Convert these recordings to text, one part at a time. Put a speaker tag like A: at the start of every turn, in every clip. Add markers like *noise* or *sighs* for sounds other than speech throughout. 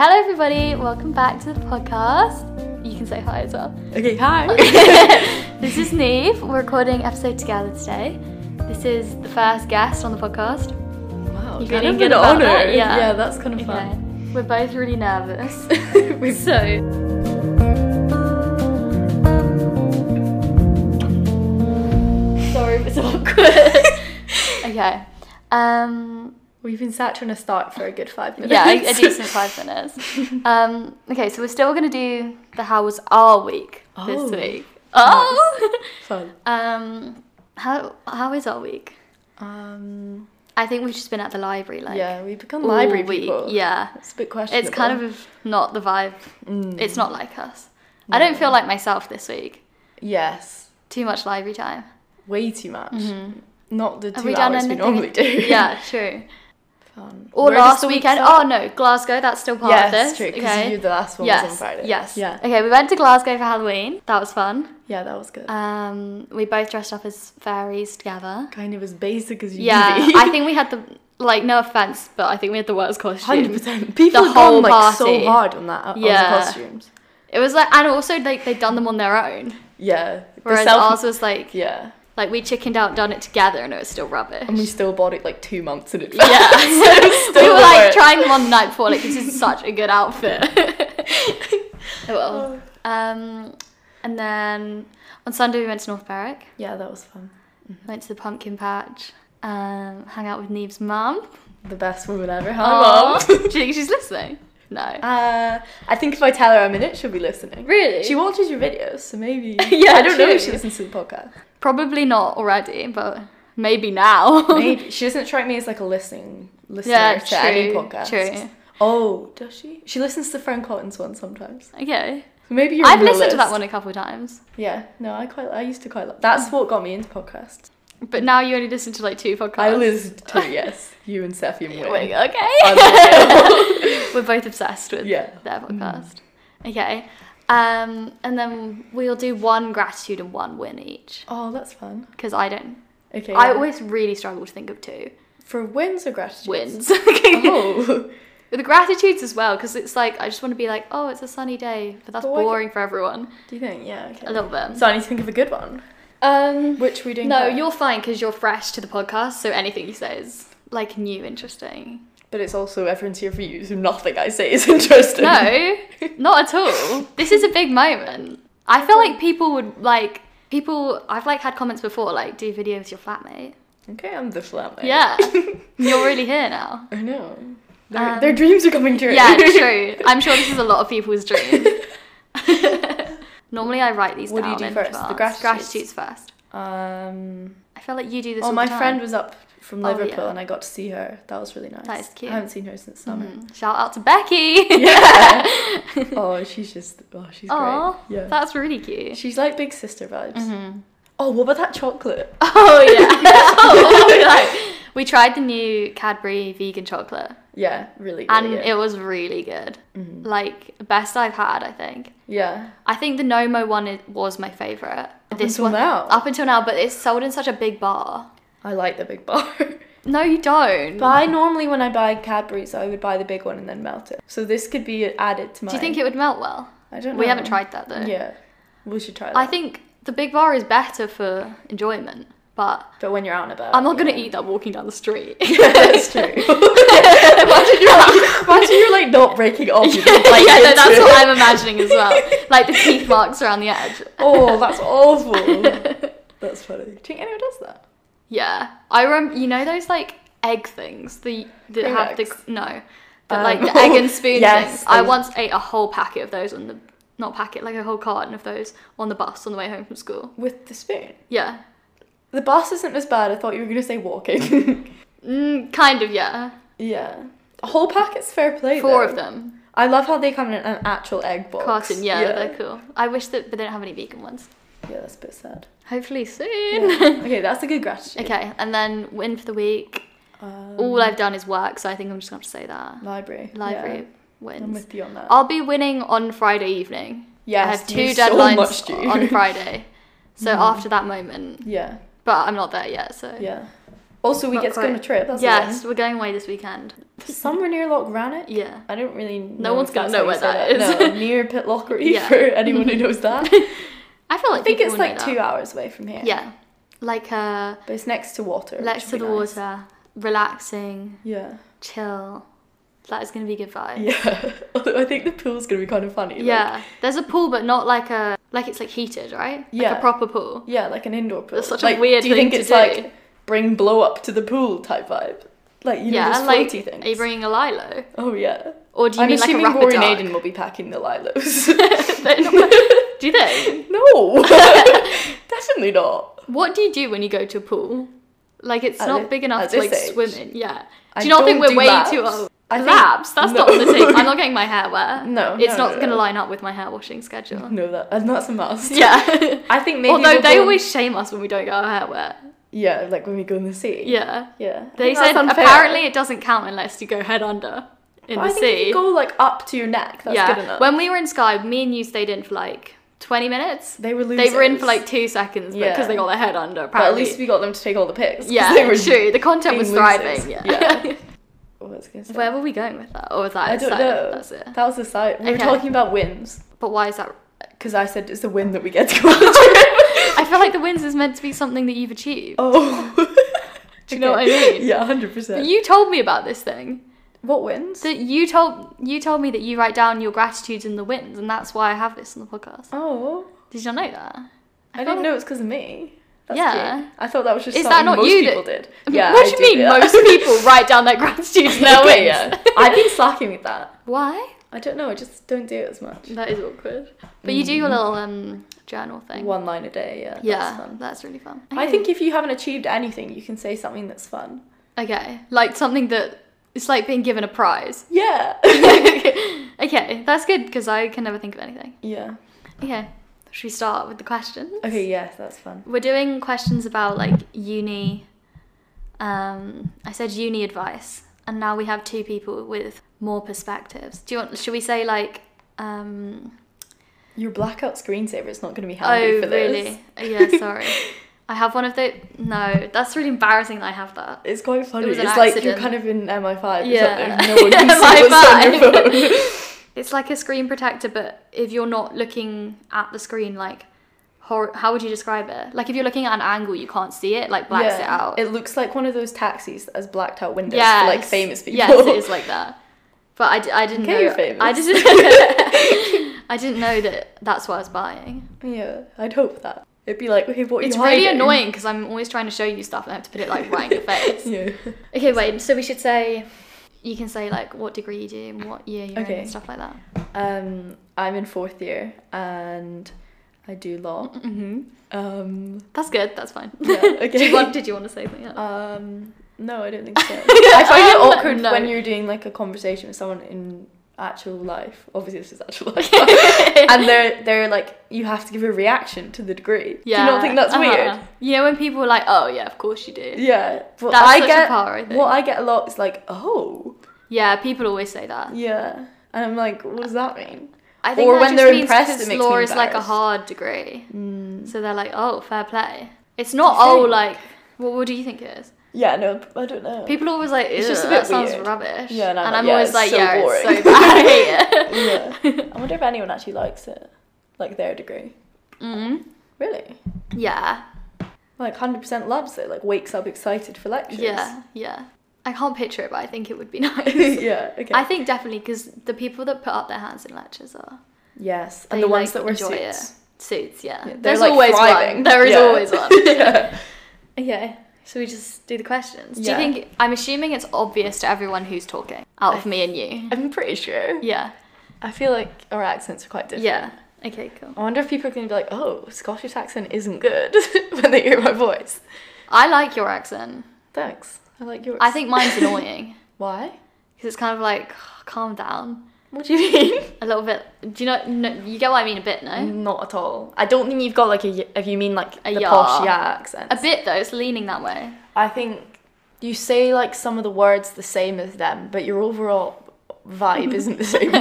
A: Hello, everybody. Welcome back to the podcast. You can say hi as
B: *laughs*
A: well.
B: Okay,
A: *laughs*
B: hi.
A: this is Neve. We're recording episode together today. This is the first guest on the podcast.
B: wow,
A: You
B: kind
A: feeling
B: of
A: good
B: an
A: about
B: honor.
A: that? Yeah.
B: Yeah. that's kind of
A: Okay.
B: fun.
A: We're both really nervous.
B: *laughs* We've-
A: so,
B: sorry, it's awkward.
A: okay. Um,
B: *laughs* We've been sat trying to start for a good five minutes.
A: yeah, a, a decent five
B: *laughs*
A: minutes. Um, okay, so we're still going to do the how was our week
B: Oh.
A: this week. Oh!
B: Fun.
A: *laughs* um, how, how is our week?
B: Um,
A: I think we've just been at the library, like.
B: yeah, we've become
A: all
B: library
A: week.
B: people.
A: Yeah.
B: It's a bit questionable.
A: It's kind of not the vibe.
B: Mm.
A: It's not like us. I don't feel like myself this week.
B: Yes,
A: Too much library time.
B: way too much. Not the
A: Mm-hmm. Have
B: two
A: we done
B: hours we
A: anything?
B: normally
A: *laughs*
B: do.
A: yeah, true.
B: *laughs* Fun.
A: Or
B: Where does
A: last
B: the week
A: weekend.
B: start?
A: Oh no, Glasgow. That's still part
B: yes,
A: of this.
B: true. Because
A: okay.
B: you the last one
A: yes.
B: was on Friday.
A: Yes.
B: Yeah.
A: Okay, we went to Glasgow for Halloween. That was fun.
B: Yeah, that was good.
A: Um, we both dressed up as fairies together.
B: kind of as basic as you
A: Yeah,
B: can be.
A: I think we had the like. No offense, but I think we had the worst
B: Hundred
A: costume.
B: percent. People
A: The
B: have gone
A: whole
B: like
A: party.
B: so hard on that on
A: Yeah.
B: the costumes.
A: It was like, and also like they'd done them on their own,
B: Yeah. The
A: whereas
B: self-
A: ours was like,
B: Yeah.
A: like we chickened out, done it together, and it was still rubbish.
B: And we still bought it like two months in
A: *laughs*
B: advance. *laughs*
A: Yeah. *laughs*
B: still
A: we were like
B: work.
A: trying them on the night before, like this is such a good
B: *laughs*
A: outfit. *laughs* oh well. Um, and then on Sunday we went to North Berwick,
B: Yeah, that was fun.
A: went to the pumpkin patch, um, hung out with Neve's mum.
B: The best woman ever. Hi,
A: Aw. *laughs* Do
B: mom. *laughs*
A: you think she's listening? No.
B: Uh, I think if I tell her I'm in it, she'll be listening.
A: Really?
B: She watches your videos, so maybe.
A: *laughs* Yeah,
B: I don't know if
A: true.
B: she listens to
A: *laughs*
B: the podcast.
A: Probably not already, but maybe now.
B: Maybe she doesn't strike me as like a listening
A: *laughs*
B: listener
A: yeah,
B: to any
A: true,
B: podcast.
A: true.
B: Oh, does she? She listens to Frank Cotton's one sometimes.
A: Okay.
B: So maybe you're.
A: I've
B: on the
A: listened to that
B: list.
A: one a couple times,
B: Yeah, no, I quite. I used to quite. Like, that's what got me into podcasts.
A: but now you only listen to like two podcasts.
B: I listened to
A: *laughs*
B: yes, you and Seffi and
A: Yeah,
B: Wayne.
A: wait,
B: Unreal.
A: okay. *laughs* We're both obsessed with
B: Yeah. Mm.
A: their podcast. Okay. Um, and then we'll do one gratitude and one win each
B: Oh, that's fun.
A: because I don't.
B: Okay.
A: I
B: yeah.
A: always really struggle to think of two
B: for wins or gratitude.
A: wins. *laughs*
B: Oh,
A: With the gratitudes as well because it's like I just want to be like, oh, it's a sunny day, but that's
B: But why-
A: boring for everyone
B: do you think? Yeah. Okay.
A: a little bit.
B: So I need to think of a good one.
A: Um,
B: Which we doing?
A: no,
B: first?
A: you're fine because you're fresh to the podcast, so anything you say is like new, interesting.
B: But it's also everyone's here for you, so nothing I say is *laughs* interesting.
A: No,
B: *laughs*
A: not at all. This is a big moment. I feel like people would like people. I've like had comments before, like do video with your flatmate.
B: Okay, I'm the flatmate.
A: Yeah,
B: *laughs*
A: you're really here now.
B: I know. Their,
A: Um,
B: their dreams are coming true. *laughs*
A: Yeah, true. I'm sure this is a lot of people's dream. *laughs* Normally, I write these
B: What do you
A: down
B: do
A: in
B: first? The
A: advance. Gratitudes
B: gratitudes?
A: first.
B: um.
A: I feel like you do this.
B: Oh,
A: all
B: my
A: the time.
B: friend was up from
A: Oh,
B: Liverpool,
A: yeah.
B: and I got to see her. That was really nice.
A: That is cute.
B: I haven't seen her since summer.
A: Mhm. Shout out to Becky.
B: *laughs* Yeah.
A: *laughs*
B: oh, she's just. Oh, she's
A: Aw,
B: great. Yeah.
A: *laughs* that's really
B: *laughs*
A: cute.
B: She's like big sister vibes. *laughs*
A: Mhm.
B: Oh, what about
A: *laughs*
B: that chocolate?
A: Oh yeah. *laughs* Oh, like, we tried the new Cadbury vegan chocolate.
B: *laughs* Yeah, really good.
A: and
B: yeah. Mm-hmm.
A: it was really good. Like best I've had, I think.
B: yeah.
A: I think the Nomo one is, was my favorite.
B: until now.
A: up until now, but it's sold in such a big bar.
B: I like the big bar. *laughs*
A: No, you don't.
B: but I normally, when I buy Cadbury's, I would buy the big one and then melt it. So this could be added to my.
A: Do you think it would melt well?
B: I don't know.
A: We haven't tried that though.
B: Yeah, we should try that.
A: I think the big bar is better for enjoyment, but
B: But when you're out and about,
A: I'm not gonna
B: *laughs*
A: eat that walking down the street. *laughs*
B: Yeah, that's true. imagine you're like, imagine you're like not breaking off. You just, *laughs* like,
A: *laughs* yeah, no,
B: into
A: that's
B: it.
A: what I'm imagining as well. like the teeth marks around the edge.
B: *laughs* Oh, that's
A: *laughs*
B: awful. that's funny. Do you think anyone does that?
A: Yeah, I remember. You know those like egg things. The that
B: Cream
A: have
B: eggs?
A: the no, but
B: Um,
A: like the egg
B: *laughs*
A: and spoon
B: yes,
A: things. I
B: those-
A: once ate a whole packet of those on the not packet like a whole carton of those on the bus on the way home from school.
B: With the spoon.
A: Yeah,
B: The bus isn't as bad. I thought you were gonna say walking. *laughs*
A: mm, kind of yeah.
B: yeah, a whole packet's fair play.
A: Four
B: though.
A: of them,
B: I love how they come in an actual egg box.
A: carton. Yeah,
B: yeah,
A: they're cool. I wish that, but they don't have any vegan ones.
B: Yeah, that's a bit sad.
A: Hopefully
B: Yeah.
A: soon. *laughs*
B: okay, that's a good gratitude.
A: okay, and then win for the week.
B: Um,
A: All I've done is work, so I think I'm just gonna have to say that
B: library.
A: library
B: Yeah. I'm
A: wins.
B: with you on that.
A: I'll be winning on Friday evening.
B: yes,
A: I have two
B: you've so
A: deadlines
B: much to do. *laughs*
A: on Friday. So after that moment,
B: yeah,
A: but I'm not there yet. So
B: yeah. Also, we
A: Not
B: get to go on a
A: quite.
B: trip. That's
A: yes, we're going away this weekend.
B: the
A: *laughs*
B: one. somewhere near Loch Granite.
A: Yeah.
B: I don't really.
A: No
B: know
A: one's
B: if
A: gonna
B: that's
A: know
B: how you
A: where
B: say
A: that is.
B: No, near
A: *laughs*
B: Pitlochry
A: Yeah.
B: for anyone who
A: *laughs*
B: knows that.
A: I feel like
B: I think
A: people
B: it's
A: will
B: like
A: know
B: two
A: that.
B: hours away from here.
A: Yeah, like uh,
B: but it's next to water. which
A: next to
B: would
A: the
B: be nice.
A: water, relaxing,
B: Yeah,
A: chill. That is gonna be good vibes.
B: yeah. *laughs* Although I think the pool's gonna be kind of funny. like-
A: Yeah, there's a pool, but not like a like it's like heated, right? like
B: Yeah.
A: a proper pool.
B: yeah, like an indoor pool.
A: That's such
B: like,
A: a weird
B: Do you
A: thing
B: think
A: to
B: it's
A: do.
B: like bring blow up to the pool type vibe? Like you know,
A: yeah,
B: those
A: like
B: floaty things.
A: are you bringing a lilo,
B: oh yeah.
A: or do you
B: I'm
A: mean like a
B: assuming
A: rapid
B: Rory and
A: dart?
B: Aiden will be packing
A: *laughs*
B: the lilos. *laughs*
A: They're not- do you think? *laughs*
B: no, *laughs* definitely not.
A: What do you do when you go to a pool? Like it's
B: At
A: not
B: thi-
A: big enough
B: at
A: to like
B: this age?
A: swim in. Yeah.
B: I
A: Do you not think
B: don't
A: we're
B: do
A: way
B: laps.
A: too old?
B: I think-
A: Laps? That's not
B: *laughs* No.
A: on the table. I'm not getting my hair wet.
B: No,
A: It's
B: no,
A: not
B: no,
A: gonna
B: no.
A: line up with my hair washing schedule. *laughs*
B: *laughs* No, that and that's a must.
A: Yeah.
B: I think maybe
A: Although
B: we'll
A: they
B: go-
A: always shame us when we don't get our hair wet.
B: yeah, like when we go in the sea.
A: Yeah.
B: yeah. I
A: They
B: think that's
A: said
B: unfair.
A: apparently it doesn't count unless you go head under in
B: But
A: the
B: I think if
A: sea.
B: you go like up to your neck. That's
A: yeah.
B: good enough.
A: When we were in Sky, me and you stayed in for like 20 minutes.
B: they were losing,
A: They were in for like two seconds because
B: Yeah.
A: they got their head under.
B: But at
A: Apparently.
B: least we got them to take all the pics. 'cause
A: yeah,
B: they were
A: true. The content
B: being
A: was
B: losers.
A: thriving. Yeah. *laughs*
B: Yeah. What was I gonna say?
A: Where were we going with that? Or was that
B: I
A: it?
B: don't
A: So,
B: know.
A: That's it.
B: That was the side. We were
A: Okay.
B: talking about wins
A: But why is that?
B: because I said it's the win that we get to
A: *laughs*
B: go on the trip.
A: I feel like the wins is meant to be something that you've achieved.
B: oh.
A: *laughs* Do you know what I mean?
B: Yeah, hundred percent.
A: You told me about this thing.
B: What wins?
A: That you told you told me that you write down your gratitudes and the wins, and that's why I have this on the podcast.
B: oh,
A: Did you not know that?
B: I,
A: feel
B: didn't know it was because of me. That's
A: Yeah.
B: cute. I thought that was just
A: Is that
B: something
A: not
B: most
A: you
B: people
A: *laughs*
B: did.
A: like-
B: Yeah,
A: what do
B: I
A: you
B: did,
A: mean?
B: yeah. *laughs*
A: Most people write down their gratitudes and their
B: Okay,
A: wins. *laughs*
B: yeah. I've been slacking with that.
A: Why?
B: I don't know. I just don't do it as much.
A: That is awkward. But you do your little um journal thing.
B: Mm. One line a day. Yeah.
A: yeah,
B: That's fun.
A: really fun.
B: I think if you haven't achieved anything, you can say something that's fun.
A: Okay, like something that it's like being given a prize.
B: Yeah.
A: *laughs* okay, that's good because I can never think of anything.
B: yeah.
A: Okay, should we start with the questions?
B: Okay. Yes, that's fun.
A: We're doing questions about like uni. Um, I said uni advice, and now we have two people with more perspectives. Do you want? Should we say like? Um,
B: Your blackout screensaver is not going to be handy
A: oh
B: for this.
A: really?
B: *laughs*
A: Yeah, sorry. I have one of the. No, that's really embarrassing. That I have that.
B: It's quite funny.
A: was an
B: it's like you're
A: accident.
B: kind of in MI5
A: Yeah.
B: or something.
A: *laughs*
B: No one can see what's on your phone.
A: It's like a screen protector, but if you're not looking at the screen, like, hor- how would you describe it? Like, if you're looking at an angle, you can't see it, like, blacks it out.
B: It looks like one of those taxis that has blacked out windows
A: Yes.
B: for like famous people.
A: Yes, it is like that. But I, d- I didn't
B: Okay,
A: know.
B: you're famous.
A: I didn't. *laughs* I didn't know that that's what I was buying.
B: *laughs* yeah, I'd hope that. It'd be like, okay, what are
A: It's
B: you
A: really
B: hiding?
A: annoying because I'm always trying to show you stuff and I have to put it like right
B: *laughs*
A: in your face.
B: Yeah.
A: Okay, wait. So we should say, you can say like what degree you do and what year you're in
B: Okay.
A: and stuff like that.
B: *laughs* Um, I'm in fourth year and I do law.
A: Mm-hmm.
B: *laughs* Um,
A: That's good. That's fine.
B: Yeah,
A: Do
B: okay.
A: you want, did you want to say something else?
B: *laughs* um, no, I don't think *laughs* so. I find it
A: Um,
B: awkward
A: no.
B: when you're doing like a conversation with someone in actual life. Obviously, this is actual *laughs* life.
A: and
B: and they're they're like you have to give a reaction to the degree.
A: yeah,
B: Do you not think that's
A: uh-huh.
B: weird?
A: You know when people are like, "Oh yeah, of course you do."
B: Yeah. What
A: That's
B: I
A: such
B: get
A: a power. I think.
B: what I get a lot is like, oh,
A: yeah, people always say that.
B: yeah, and I'm like, what does that mean?
A: I think
B: Or
A: that
B: when
A: just
B: they're
A: means
B: impressed, it
A: 'cause
B: makes me
A: law is like a
B: embarrassed.
A: hard degree,
B: Mm.
A: so they're like, "Oh, fair play." It's not
B: Do you
A: oh
B: think?
A: like what, what do you think it is?
B: Yeah, no, I don't know.
A: People are always like,
B: It's
A: "Ew,
B: just a
A: that
B: bit
A: sounds
B: weird."
A: rubbish."
B: Yeah, and I'm
A: and
B: like,
A: I'm
B: "Yeah,
A: always
B: it's
A: like,
B: so
A: "Yeah, it's so
B: *laughs* boring."
A: bad." I hate it. *laughs*
B: yeah. I wonder if anyone actually likes it, like their degree.
A: Mhm.
B: Really,
A: Yeah,
B: like hundred percent loves it. Like wakes up excited for lectures.
A: yeah, yeah. I can't picture it, but I think it would be *laughs* nice.
B: *laughs* yeah. Okay.
A: I think definitely because the people that put up their hands in lectures are
B: yes,
A: they,
B: and the ones
A: like,
B: that were
A: enjoy it.
B: suits.
A: suits. Yeah,
B: Yeah, they're,
A: there's
B: like,
A: always one.
B: thriving.
A: There is
B: Yeah.
A: always one.
B: *laughs*
A: *laughs*
B: yeah.
A: Okay, so we just do the questions.
B: Yeah.
A: Do you think? I'm assuming it's obvious to everyone who's talking, out of me and you.
B: I'm pretty sure.
A: Yeah.
B: I feel like our accents are quite different.
A: Yeah. Okay. Cool.
B: I wonder if people are going to be like, oh, Scottish accent isn't good *laughs* when they hear my voice.
A: I like your accent.
B: Thanks. I like yours.
A: I think
B: *laughs*
A: mine's annoying
B: Why?
A: because it's kind of like *sighs* calm down
B: What do you
A: *laughs*
B: mean?
A: a little bit. Do you know? No, you get what I mean a bit, no?
B: Not at all. I don't think you've got like a. y- If you mean like
A: A
B: the
A: yeah.
B: posh yeah accent,
A: A bit though. It's leaning that way.
B: I think you say like some of the words the same as them, but
A: *laughs*
B: your overall vibe isn't the same,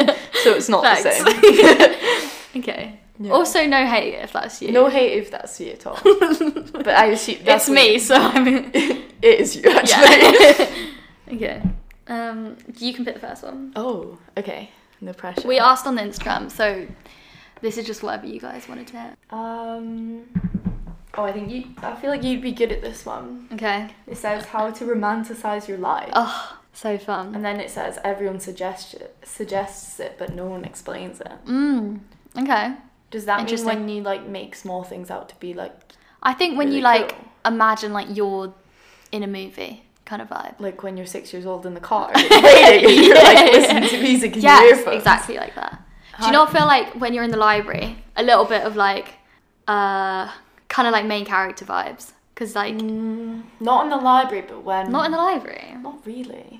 B: so it's not the
A: Thanks.
B: same.
A: *laughs* Okay.
B: Yeah.
A: Also, no hate if that's you.
B: no hate if that's you
A: *laughs*
B: at all. *laughs* but I assume that's
A: it's me, so I mean,
B: *laughs* It is you actually.
A: yeah. *laughs* okay. Um, you can pick the first one.
B: *laughs* oh, okay. No pressure.
A: We asked on the Instagram, so this is just whatever you guys wanted to hear.
B: Um. Oh, I think you. I feel like you'd be good at this one.
A: Okay.
B: It says how to romanticize your life,
A: Oh, so fun.
B: and then it says everyone suggests it, suggests it, but no one explains it.
A: Mm. Okay.
B: Does that mean
A: Interesting.
B: when you like make small things out to be like
A: I think when
B: Really
A: you like
B: cool.
A: imagine like you're in a movie kind of vibe.
B: like when you're six years old in the
A: *laughs*
B: car, *laughs* waiting, and you're like listening to music in your
A: Yes,
B: earphones?
A: exactly like that. Do
B: Huh?
A: you not feel like when you're in the library, a little bit of like, uh, kind of like main character vibes? Because like,
B: Mm, not in the library, but when
A: not in the library.
B: not
A: Oh,
B: really.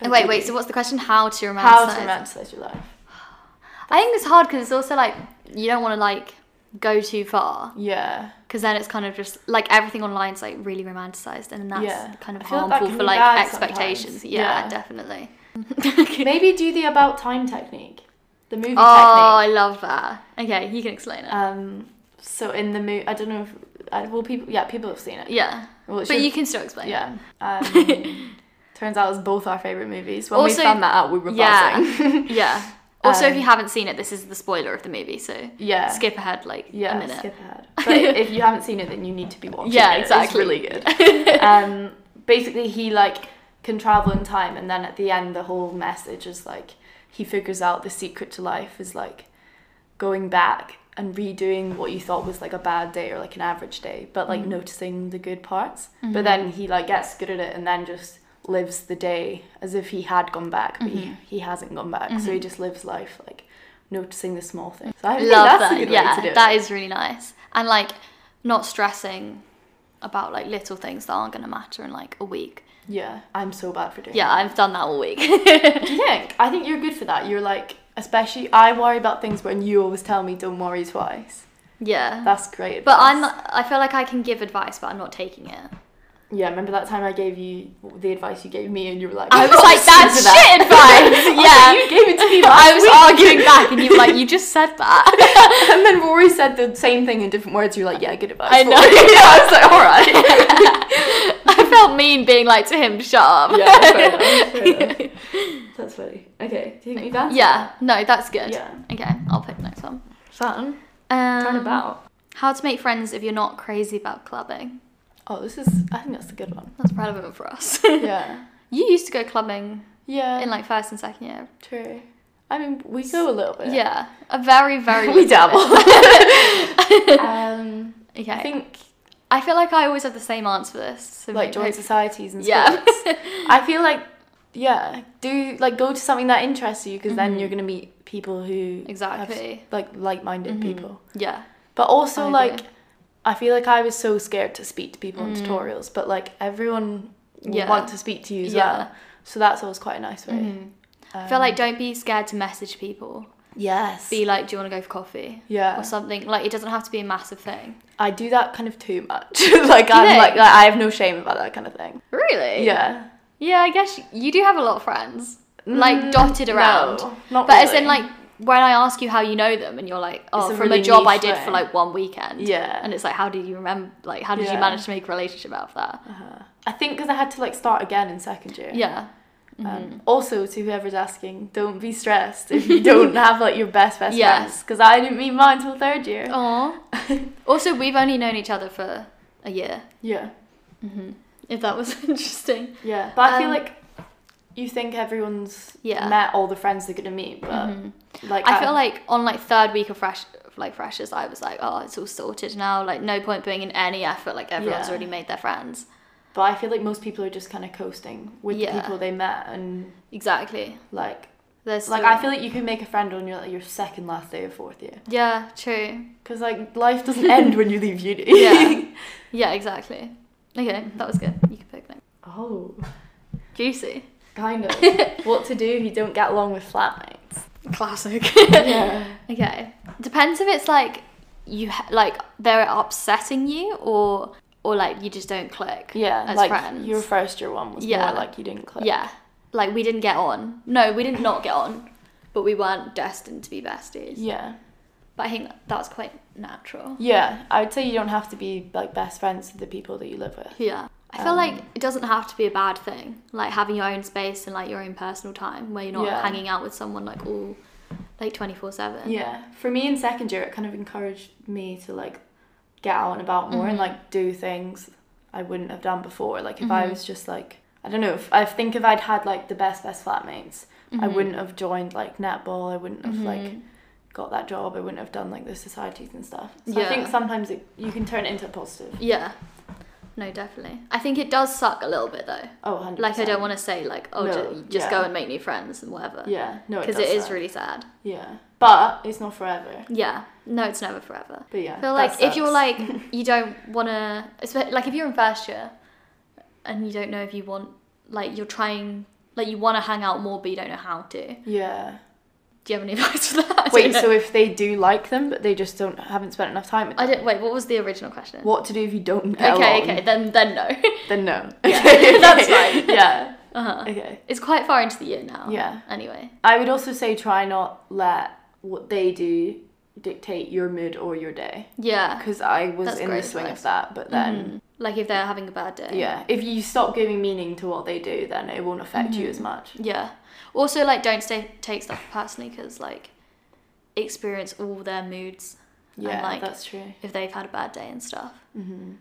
B: But
A: wait,
B: do
A: wait.
B: you?
A: So what's the question? How to romanticize?
B: how to romanticize your life?
A: I think it's hard because it's also like you don't want to like go too far
B: Yeah,
A: because then it's kind of just like everything online's like really romanticized and that's
B: Yeah.
A: kind of
B: I feel like that
A: harmful
B: can
A: for
B: be
A: like
B: bad
A: expectations.
B: sometimes.
A: Yeah,
B: Yeah.
A: definitely.
B: *laughs*
A: *laughs*
B: maybe do the about time technique, the movie
A: Oh, I
B: technique.
A: love that. Okay, you can explain it.
B: Um, so in the movie, I don't know if I, well people, yeah, people have seen it.
A: yeah,
B: Well, it
A: but
B: should-
A: you can still explain. it.
B: yeah.
A: *laughs*
B: Um, turns out it's both our favorite movies. When
A: Also-
B: we found that out, we were
A: yeah.
B: buzzing. *laughs*
A: yeah. Also, if
B: Um,
A: you haven't seen it, this is the spoiler of the movie, so
B: yeah.
A: skip ahead like
B: yeah,
A: a minute.
B: skip
A: *laughs*
B: ahead. But if you haven't seen it, then you need to be watching
A: Yeah,
B: it.
A: exactly.
B: It's really
A: *laughs*
B: good. um, basically, he like can travel in time, and then at the end, the whole message is like he figures out the secret to life is like going back and redoing what you thought was like a bad day or like an average day, but like
A: Mm-hmm.
B: noticing the good parts. But then he like gets good at it, and then just lives the day as if he had gone back, but
A: Mm-hmm.
B: he, he hasn't gone back. So he just lives life like noticing the small things. So I think
A: Love
B: that's a
A: that.
B: good way
A: yeah,
B: to do it.
A: that is really nice. And like not stressing about like little things that aren't gonna matter in like a week.
B: Yeah, I'm so bad for doing.
A: Yeah, I've done that all week. *laughs*
B: that. Do you think? I think you're good for that. You're like, especially I worry about things when you always tell me don't worry twice.
A: yeah.
B: That's great.
A: Mm. but
B: advice.
A: I'm I feel like I can give advice but I'm not taking it.
B: Yeah, remember that time I gave you the advice you gave me, and you were like,
A: I
B: "You're
A: was
B: not
A: like,
B: listening
A: that's
B: to
A: shit advice.
B: *laughs* I was
A: yeah.
B: like, you gave it to me last
A: *laughs* I was arguing back
B: *laughs*
A: and you were *laughs* like, you just said that.
B: week." and then Rory said the same thing in different words. You're like, yeah, good advice.
A: I know.
B: Rory."
A: *laughs*
B: yeah, I was like, all right. *laughs*
A: I felt mean being like to him, shut up.
B: yeah, fair enough, fair
A: *laughs*
B: enough. That's funny. Okay, do you think we've answered?
A: Yeah, no, that's good.
B: Yeah.
A: Okay, I'll pick the next one.
B: that? Fun.
A: Um,
B: Turn about.
A: How to make friends if you're not crazy about clubbing.
B: Oh, this is. I think that's a good one.
A: That's relevant for us.
B: Yeah.
A: *laughs* you used to go clubbing
B: Yeah.
A: in like first and second year.
B: True. I mean, we go a little bit. *laughs*
A: Yeah, a very very
B: we
A: little *laughs*
B: dabble.
A: bit.
B: um,
A: Okay,
B: I
A: I,
B: think
A: feel like I always have the same answer for this. So
B: like join
A: maybe-
B: societies and
A: Yeah.
B: sports. *laughs* I feel like yeah, do like go to something that interests you because then
A: Mhm.
B: you're gonna meet people who have,
A: Exactly.
B: like like-minded
A: Mhm.
B: people.
A: yeah,
B: But also
A: I agree. Mm.
B: like I feel like I was so scared to speak to people in tutorials, but like everyone will
A: Yeah.
B: want to speak to you as
A: Yeah.
B: well. So that's always quite a nice way.
A: Mhm. I feel
B: Um,
A: like don't be scared to message people.
B: yes,
A: Be like, do you want to go for coffee
B: yeah.
A: or something? Like it doesn't have to be a massive thing.
B: I do that kind of too much. *laughs* like I'm
A: think?
B: like that. I have no shame about that kind of thing.
A: Really?
B: Yeah.
A: Yeah, I guess you, you do have a lot of friends, like
B: Mm,
A: dotted around.
B: No, not
A: But as in,
B: really.
A: like, when I ask you how you know them, and you're like, oh,
B: It's a
A: from
B: really
A: a job I
B: niche
A: did
B: thing.
A: for like one weekend.
B: Yeah.
A: And it's like, how do you remember? Like, how did
B: Yeah.
A: you manage to make a relationship out of that?
B: Uh-huh. I think because I had to like start again in second year.
A: Yeah. Mm-hmm.
B: Um, also, to whoever's asking, don't be stressed if
A: *laughs*
B: you don't have like your best best
A: Yeah. Oh.
B: friends. Because I didn't meet mine till third year.
A: Aw. also, we've only known each other for a year.
B: *laughs* Yeah,
A: Mm-hmm. If that was *laughs* interesting.
B: yeah. But I feel
A: Um,
B: like you think everyone's
A: Yeah. Mm-hmm.
B: met all the friends they're gonna meet, but like
A: I feel like on like third week of fresh, like freshers, I was like, oh, it's all sorted now. Like, no point putting in any effort. Like, everyone's
B: Yeah.
A: already made their friends.
B: But I feel like most people are just kind of coasting with the
A: Yeah.
B: people they met and
A: Exactly.
B: like
A: There's
B: like
A: still-
B: I feel like you can make a friend on your like, your second last day of fourth year.
A: Yeah. True.
B: Because like life
A: *laughs*
B: doesn't end when you leave uni.
A: Yeah. Yeah. Exactly. Okay, that was good. You can pick next.
B: *laughs* Oh,
A: Juicy. *laughs*
B: kind of. what to do if you don't get along with flatmates?
A: Classic.
B: Yeah.
A: *laughs* okay. Depends if it's like you ha- like they're upsetting you or or like you just don't click.
B: Yeah,
A: As
B: like
A: friends.
B: your first year one was
A: Yeah.
B: more like you didn't click.
A: Yeah. Like we didn't get on. No, we didn't not get on, but we weren't destined to be besties.
B: Yeah.
A: But I think that's quite natural.
B: Yeah, I would say you don't have to be like best friends with the people that you live with.
A: Yeah. I feel
B: Um,
A: like it doesn't have to be a bad thing. Like having your own space and like your own personal time where you're not
B: Yeah.
A: hanging out with someone like all like 24/7.
B: Yeah. For me in second year, it kind of encouraged me to like get out and about more and
A: Mhm.
B: like do things I wouldn't have done before. Like if I
A: Mhm.
B: was just like, I don't know, if I think if I'd had like the best, best flatmates, I
A: Mhm.
B: wouldn't have joined like netball. I wouldn't have like
A: Mhm.
B: got that job. I wouldn't have done like the societies and stuff. So I
A: Yeah.
B: think sometimes it, you can turn it into a positive.
A: Yeah. No, definitely. I think it does suck a little bit though.
B: Oh, 100%.
A: Like I don't want to say like oh
B: No,
A: ju- just
B: yeah.
A: go and make new friends and whatever.
B: Yeah, no,
A: Because
B: does
A: it is
B: suck.
A: really sad.
B: Yeah, but it's not forever.
A: Yeah. No, it's never forever.
B: But yeah,
A: I feel
B: that
A: like if you're
B: sucks.
A: like
B: *laughs*
A: you don't want to, like if you're in first year, and you don't know if you want, like you're trying, like you want to hang out more, but you don't know how to.
B: yeah.
A: Do you have any *laughs* advice for that? I
B: Wait,
A: don't know.
B: so if they do like them, but they just don't haven't spent enough time with
A: I
B: them,
A: don't. Wait, what was the original question?
B: *laughs* what to do if you don't get
A: Okay,
B: along?
A: okay, then then no. *laughs*
B: Then no. *laughs*
A: Yeah,
B: Okay,
A: that's
B: okay.
A: fine. Oh.
B: Yeah.
A: *laughs* uh-huh.
B: Okay.
A: It's quite far into the year now.
B: Yeah.
A: Anyway.
B: I would also say try not let what they do dictate your mood or your day.
A: Yeah.
B: Because I was
A: That's
B: in
A: great
B: the swing
A: advice. Mm-hmm.
B: of that, but then.
A: Mhm. like if they're having a bad day.
B: Yeah, if you stop giving meaning to what they do, then it won't affect
A: Mm-hmm.
B: you as much.
A: Yeah. Also, like, don't stay, take stuff personally because, like, experience all their moods
B: Yeah,
A: like-
B: that's true.
A: if they've had a bad day and stuff.
B: hmm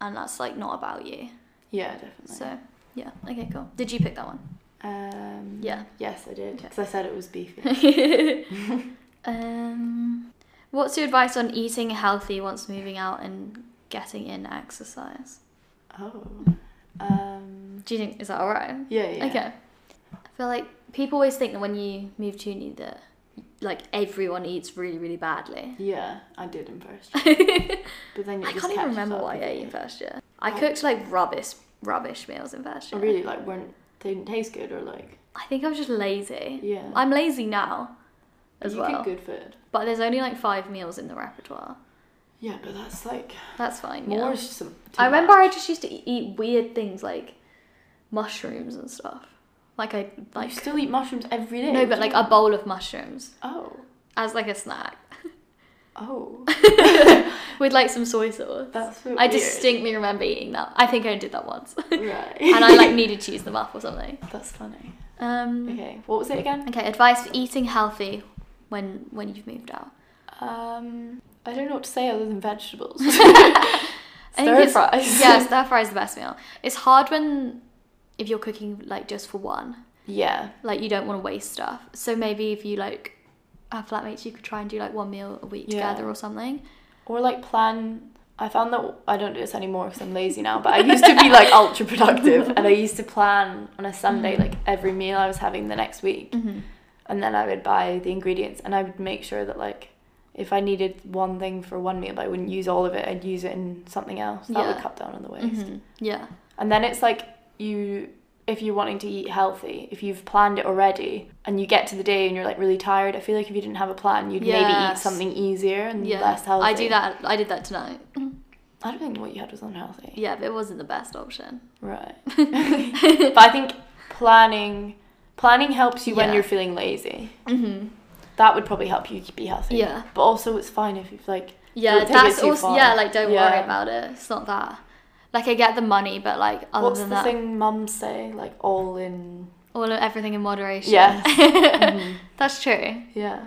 A: And that's, like, not about you.
B: Yeah, definitely.
A: So, yeah. Okay, cool. Did you pick that one?
B: um,
A: Yeah.
B: Yes, I did.
A: Okay.
B: Because I said it was beefy.
A: *laughs* um, what's your advice on eating healthy once moving out and getting in exercise?
B: oh. Um,
A: Do you think, is that alright?
B: yeah, yeah.
A: Okay. I feel like people always think that when you move to uni that, like, everyone eats really, really
B: *laughs*
A: badly.
B: Yeah, I did in first. but then it
A: I
B: just
A: can't even
B: catches
A: remember
B: up
A: what I
B: with
A: ate
B: you.
A: in first year. I
B: Oh.
A: cooked like rubbish, rubbish meals in first
B: I
A: year.
B: Oh, really like weren't they didn't taste good or like
A: I think I was just lazy.
B: yeah.
A: I'm lazy now, as
B: you
A: well.
B: cook good food.
A: But there's only like five meals in the repertoire.
B: Yeah, but that's like
A: That's fine.
B: more
A: Yeah.
B: is just some.
A: I
B: too
A: remember
B: much.
A: I just used to e- eat weird things like mushrooms and stuff. Like I like
B: you still eat mushrooms every day.
A: no,
B: what
A: but
B: do
A: like
B: you
A: a
B: mean?
A: bowl of mushrooms
B: Oh,
A: as like a snack *laughs*
B: oh,
A: with like some soy sauce.
B: that's so
A: I
B: weird.
A: distinctly remember eating that. I think I only did that once,
B: right.
A: *laughs* and I like
B: *laughs*
A: needed to use them up or something.
B: *laughs* that's funny.
A: Um,
B: Okay, what was it again?
A: Okay, advice for eating healthy when when you've moved
B: *laughs*
A: out. *laughs*
B: Um, I don't know what to say other
A: *laughs*
B: than vegetables. *laughs*
A: I think
B: Stir
A: it's-
B: fries.
A: Yeah,
B: *laughs*
A: stir fry is the best meal. It's hard when if you're cooking like just for one,
B: Yeah.
A: like you don't want to waste stuff. So maybe if you like have flatmates, you could try and do like one meal a week
B: Yeah.
A: together or something.
B: Or like plan. I found that I don't do this anymore because I'm lazy now, but I used to be like ultra productive and I used to plan on a
A: Mm.
B: Sunday like every meal I was having the next week.
A: Mm-hmm.
B: And then I would buy the ingredients and I would make sure that like if I needed one thing for one meal, but I wouldn't use all of it, I'd use it in something else. That would
A: Yeah.
B: cut down on the waste.
A: hmm Yeah,
B: And then it's like you if you're wanting to eat healthy, if you've planned it already and you get to the day and you're like really tired, I feel like if you didn't have a plan, you'd maybe eat
A: Yes.
B: something easier and
A: yeah.
B: less healthy.
A: I do that. I did that tonight.
B: I don't think what you had was unhealthy.
A: Yeah, but it wasn't the best
B: *laughs*
A: option. *laughs*
B: Right. but I think planning planning helps you when
A: Yeah.
B: you're feeling lazy.
A: Mm-hmm.
B: That would probably help you to be healthy.
A: Yeah.
B: But also it's fine if you've like
A: Yeah,
B: Don't take it
A: that's
B: too
A: also
B: far.
A: yeah. Like, don't
B: Yeah.
A: worry about it. It's not that. Like, I get the money, but like other
B: what's the
A: than that,
B: thing mums say? Like all in
A: all of everything in moderation. *laughs*
B: Yes. Mhm.
A: that's true.
B: Yeah.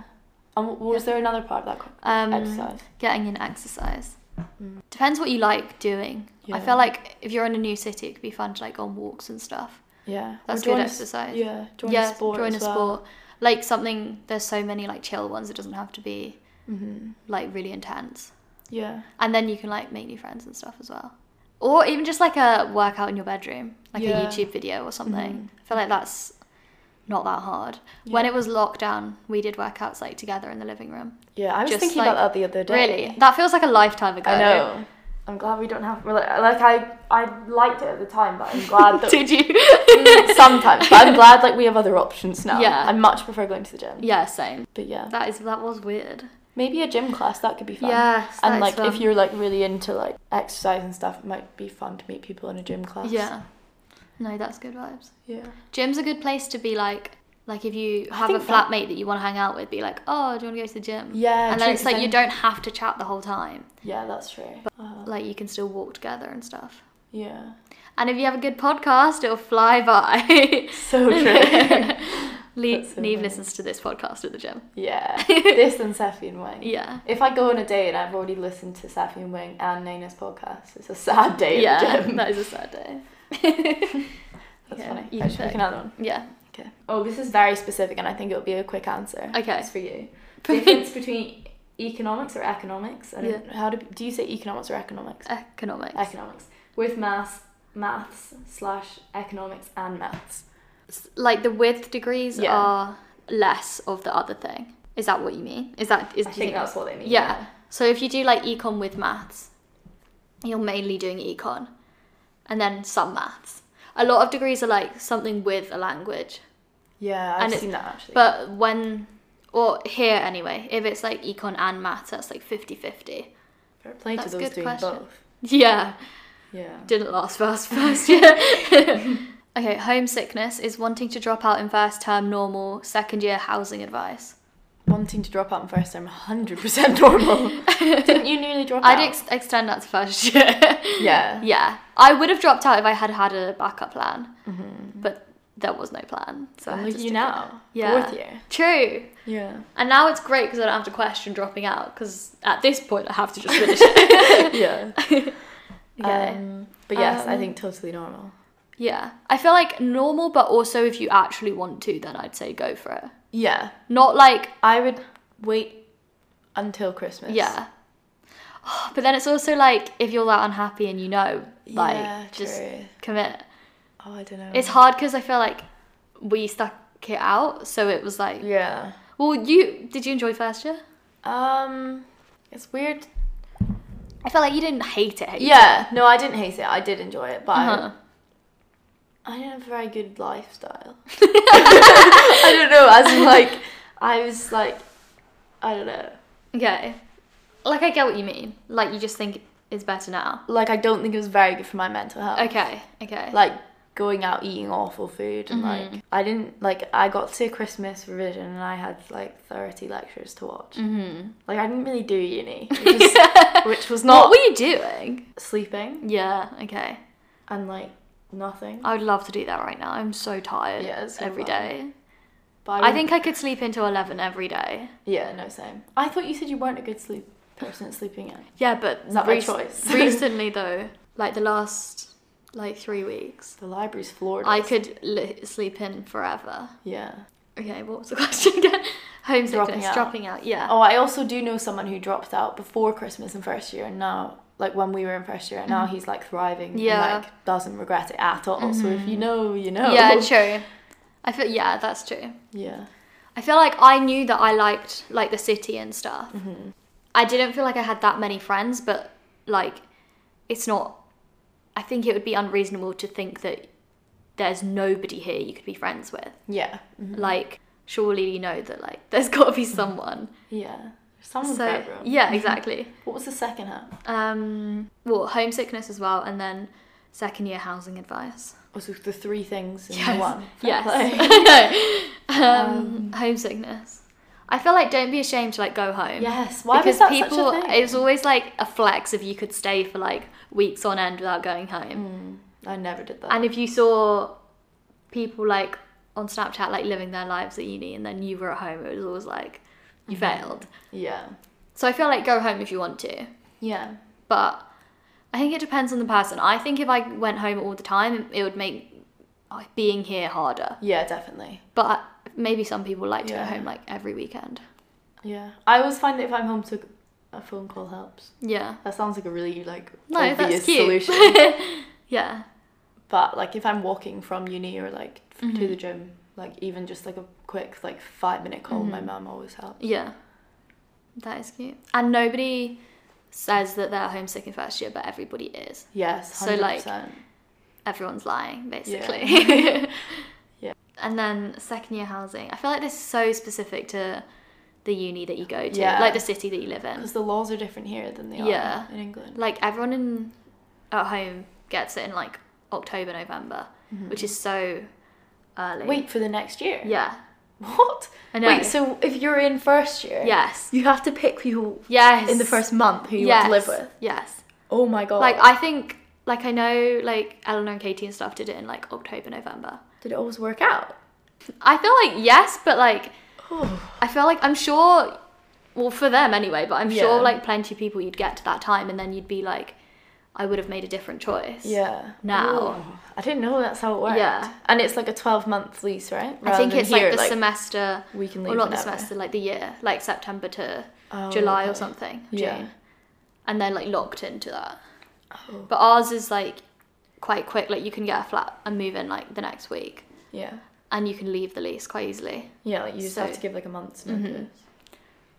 B: And w- was there another part of that co-
A: Um,
B: exercise?
A: Getting in exercise
B: Mm.
A: depends what you like doing. I
B: Yeah.
A: feel like if you're in a new city, it could be fun to like go on walks and stuff.
B: Yeah.
A: That's
B: Or
A: good
B: join a s-
A: exercise.
B: Yeah, join
A: yeah,
B: a sport.
A: join
B: as
A: a
B: well.
A: sport. Like something. There's so many like chill ones. It doesn't have to be
B: Mm-hmm.
A: like really intense.
B: Yeah.
A: And then you can like make new friends and stuff as well. Or even just like a workout in your bedroom, like
B: Yeah.
A: a YouTube video or something.
B: Mhm.
A: I feel like that's not that hard. When
B: Yeah.
A: it was lockdown, we did workouts like together in the living room.
B: Yeah, I was
A: just
B: thinking about that the other day.
A: Really? That feels like a lifetime ago.
B: I know. I'm glad we don't have. Well, like, like I, I liked it at the time, but I'm
A: *laughs*
B: glad that
A: Did you?
B: Mm, *laughs* sometimes. But I'm glad like we have other options now.
A: Yeah.
B: I much prefer going to the gym.
A: *laughs* Yeah, same.
B: But yeah,
A: That is that was weird.
B: maybe a gym class that could be fun.
A: Yes, that
B: And
A: is
B: like
A: fun.
B: if you're like really into like exercise and stuff, it might be fun to meet people in a gym class.
A: yeah, no, that's good vibes.
B: Yeah.
A: Gym's a good place to be like Like if you have a
B: think that-
A: flatmate that you want to hang out with, be like, oh, do you want to go to the gym?
B: Yeah,
A: And then it's like you
B: 100%.
A: don't have to chat the whole time.
B: Yeah, that's true. Uh,
A: Like you can still walk together and stuff.
B: yeah.
A: And if you have a good podcast, it'll fly by.
B: *laughs* So
A: *laughs*
B: true.
A: Le-
B: That's so
A: Neve
B: funny.
A: listens to this podcast at the gym. *laughs*
B: yeah. This and Safi and Wang.
A: Yeah.
B: If I go on a date and I've already listened to Safi and Wang and Nana's podcast, it's a sad day at the
A: Yeah.
B: gym.
A: *laughs* That is a sad day.
B: That's
A: Yeah,
B: funny.
A: you can
B: Actually, we
A: check.
B: can add one. *laughs*
A: Yeah.
B: Okay. Oh, this is very specific, and I think it'll be a quick answer.
A: Okay.
B: It's for
A: *laughs*
B: you. Difference between economics or economics? I don't, How do do you say economics or economics?
A: Economics.
B: Economics with maths, maths slash economics and maths.
A: S- like the width degrees
B: Yeah.
A: are less of the other thing. Is that what you mean? Is that is
B: I
A: do you
B: think that's what they mean.
A: Yeah. So if you do like econ with maths, you're mainly doing econ and then some maths. A lot of degrees are like something with a language.
B: Yeah, I've
A: And it's-
B: seen that actually.
A: But when, or here anyway, if it's like econ and maths, that's like 50 50.
B: Fair play to
A: that's
B: those
A: good
B: doing
A: question.
B: both.
A: Yeah,
B: Yeah.
A: didn't last for us *laughs* first year. okay, homesickness is wanting to drop out in first term normal, second year housing advice.
B: Wanting to drop out in first term, hundred percent normal.
A: *laughs*
B: Didn't you nearly drop out?
A: I'd ex- extend that to first *laughs* year.
B: yeah.
A: yeah, I would have dropped out if I had had a backup plan,
B: Mm-hmm.
A: but there was no plan. So I
B: And
A: had to
B: look at you
A: stick
B: now.
A: Yeah.
B: Fourth year.
A: it. True.
B: Yeah.
A: And now it's great because I don't have to question dropping out because at this point I have to just *laughs* finish it.
B: yeah.
A: Yeah.
B: Um, but yes, I
A: Um,
B: think totally normal.
A: yeah. I feel like normal, but also if you actually want to, then I'd say go for it.
B: Yeah.
A: Not like,
B: I would wait until Christmas.
A: yeah. Oh, But then it's also like if you're that unhappy and you know, like,
B: Yeah,
A: just
B: true.
A: commit.
B: Oh, I don't know.
A: It's hard because I feel like we stuck it out, so it was like,
B: Yeah.
A: well, you did you enjoy first year?
B: Um, it's weird.
A: I felt like you didn't hate it. hate it.
B: Yeah. No, I didn't hate it. I did enjoy it, but I-
A: Uh-huh.
B: I didn't have a very good lifestyle. *laughs* I don't know. As in, like, I was like, I don't know.
A: Okay. Like I get what you mean. Like you just think it's better now.
B: Like, I don't think it was very good for my mental health.
A: Okay. Okay.
B: Like going out eating awful food and
A: Mhm.
B: like I didn't like I got to Christmas revision and I had like thirty lectures to watch.
A: mm-hmm.
B: Like I didn't really
A: *laughs*
B: do uni, which, is, which was
A: what
B: not
A: were you doing?
B: sleeping
A: Yeah. Okay.
B: and like nothing.
A: I would love to do that right now. I'm so tired.
B: Yeah, it's so
A: every
B: fun.
A: day.
B: But
A: I
B: would-
A: think I could sleep until eleven every day.
B: yeah, no same. I thought you said you weren't a good sleep person at sleeping in.
A: Yeah, but
B: Is that my choice? *laughs*
A: recently though, like the last like three weeks,
B: The library's floored.
A: I
B: us.
A: could li- sleep in forever.
B: Yeah.
A: Okay. What was the *laughs* question again? Homesickness,
B: Dropping
A: dropping
B: out.
A: out. yeah.
B: Oh, I also do know someone who dropped out before Christmas in first year, and now, like when we were in first year, and now he's like thriving.
A: Mm-hmm. Yeah. Mm-hmm.
B: And, like doesn't regret it at all. So if you know, you know.
A: Yeah. True. I feel. Yeah, that's true.
B: yeah.
A: I feel like I knew that I liked like the city and stuff. I didn't feel like I had that many friends, but like it's not. I think it would be unreasonable to think that there's nobody here you could be friends with.
B: Yeah.
A: Like surely you know that like there's *laughs* got to be someone.
B: Yeah. Someone's
A: so
B: bedroom. Mm-hmm.
A: yeah, exactly.
B: What was the second half?
A: Um, well, homesickness as well, and then second year housing advice.
B: Oh, so the three things in
A: Yes.
B: one. *laughs* Fair play.
A: *laughs* Yes. *laughs* I know. Um, homesickness. I feel like don't be ashamed to like go home.
B: Yes. Why
A: because
B: was that
A: people,
B: such a thing?
A: it was always like a flex if you could stay for like weeks on end without going
B: Mm,
A: home.
B: I never did that.
A: And if you saw people like on Snapchat like living their lives at uni and then you were at home, it was always like you
B: Mm-hmm.
A: failed.
B: yeah.
A: So I feel like go home if you want to,
B: Yeah.
A: but I think it depends on the person. I think if I went home all the time, it would make uh, being here harder.
B: Yeah. Definitely.
A: But maybe some people like to
B: Yeah.
A: go home like every weekend.
B: Yeah. I always find that if I'm home, to a phone call helps.
A: Yeah.
B: That sounds like a really like
A: No, that's
B: obvious
A: cute.
B: solution.
A: *laughs* Yeah.
B: But like if I'm walking from uni or like f-
A: Mm-hmm.
B: to the gym, like even just like a quick like five minute call,
A: Mm-hmm.
B: my mum always helps.
A: Yeah. That is cute. And nobody says that they're homesick in first year, but everybody is.
B: Yes,
A: So,
B: hundred
A: like-
B: percent.
A: Everyone's lying, basically. *laughs*
B: Yeah.
A: And then second year housing. I feel like this is so specific to the uni that you go to,
B: Yeah.
A: like the city that you live in.
B: Because the laws are different here than they are
A: Yeah.
B: in England.
A: Like everyone in at home gets it in like October, November, Mm-hmm. which is so early.
B: Mm-hmm. Wait for the next year.
A: Yeah.
B: What?
A: I know.
B: Wait, so if you're in first year,
A: yes.
B: you have to pick people
A: Yes.
B: in the first month who you
A: yes.
B: want to live with.
A: Yes.
B: Oh my god!
A: Like I think like I know like Eleanor and Katie and stuff did it in like October, November.
B: did it always work out?
A: I feel like yes, but like
B: Oh,
A: I feel like I'm sure well for them anyway, but I'm sure
B: Yeah.
A: like plenty of people you'd get to that time and then you'd be like I would have made a different choice.
B: yeah.
A: Now.
B: Ooh. I didn't know that's how it worked.
A: Yeah.
B: and it's like a twelve month lease, right?
A: I think
B: than
A: it's
B: here,
A: like the semester
B: we can leave
A: or not the
B: whenever.
A: semester, like the year, like September to
B: Oh,
A: July or
B: okay.
A: something, June.
B: Yeah.
A: And then like locked into that.
B: Oh.
A: But ours is like quite quick, like you can get a flat and move in like the next week
B: Yeah,
A: and you can leave the lease quite easily.
B: yeah. Like you just
A: So- Mm-hmm.
B: have to give like a month's notice.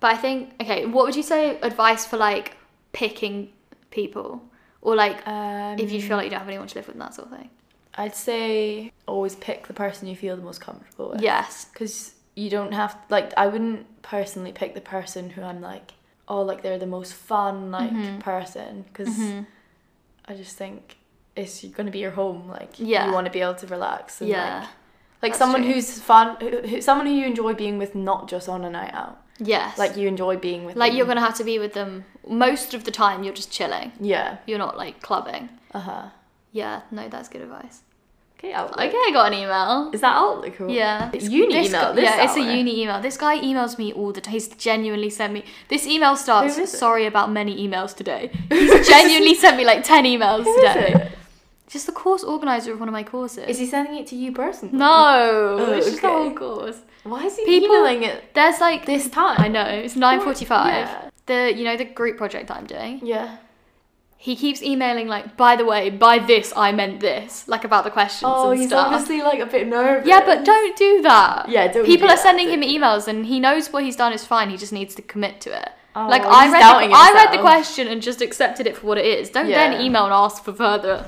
A: But I think okay, what would you say advice for like picking people? Or like
B: Um,
A: if you feel like you don't have anyone to live with and that sort of thing.
B: I'd say always pick the person you feel the most comfortable with.
A: Yes.
B: Because you don't have, like, I wouldn't personally pick the person who I'm like, oh, like they're the most fun, like,
A: Mhm.
B: person. Because
A: Mhm.
B: I just think it's going to be your home. Like,
A: Yeah.
B: you want to be able to relax. And,
A: Yeah.
B: Like, like
A: That's
B: someone
A: true.
B: who's fun, who, who, someone who you enjoy being with, not just on a night out.
A: yes.
B: Like, you enjoy being with.
A: like
B: them.
A: you're gonna have to be with them most of the time you're just chilling.
B: Yeah.
A: You're not like clubbing.
B: Uh huh.
A: Yeah, no, that's good advice.
B: Okay, Outlook.
A: Okay, I got an email.
B: Is that Outlook? Or *laughs*
A: Yeah,
B: It's uni
A: This
B: email.
A: guy-
B: this
A: yeah, it's a
B: hour.
A: uni email. This guy emails me all the time. He's genuinely sent me. This email starts.
B: Who is it?
A: Sorry about many emails
B: *laughs*
A: today. He's genuinely sent me like ten emails
B: Who is
A: today.
B: it?
A: Just the course organizer of one of my courses.
B: Is he sending it to you personally?
A: No, it's just the
B: okay.
A: whole course.
B: Why is he
A: People-
B: emailing it
A: There's like
B: this time?
A: I know it's nine forty-five.
B: Yeah.
A: The you know the group project that I'm doing.
B: Yeah.
A: He keeps emailing like, by the way, by this I meant this, like about the questions
B: Oh,
A: and
B: he's
A: stuff.
B: obviously like a bit nervous.
A: Yeah, but don't do that.
B: Yeah, don't
A: People
B: do
A: are
B: that,
A: sending
B: don't
A: him
B: do
A: emails, and he knows what he's done is fine. He just needs to commit to it.
B: Oh,
A: like
B: he's
A: I read,
B: doubting
A: the, I read the
B: himself.
A: question and just accepted it for what it is. Don't
B: Yeah.
A: then email and ask for further.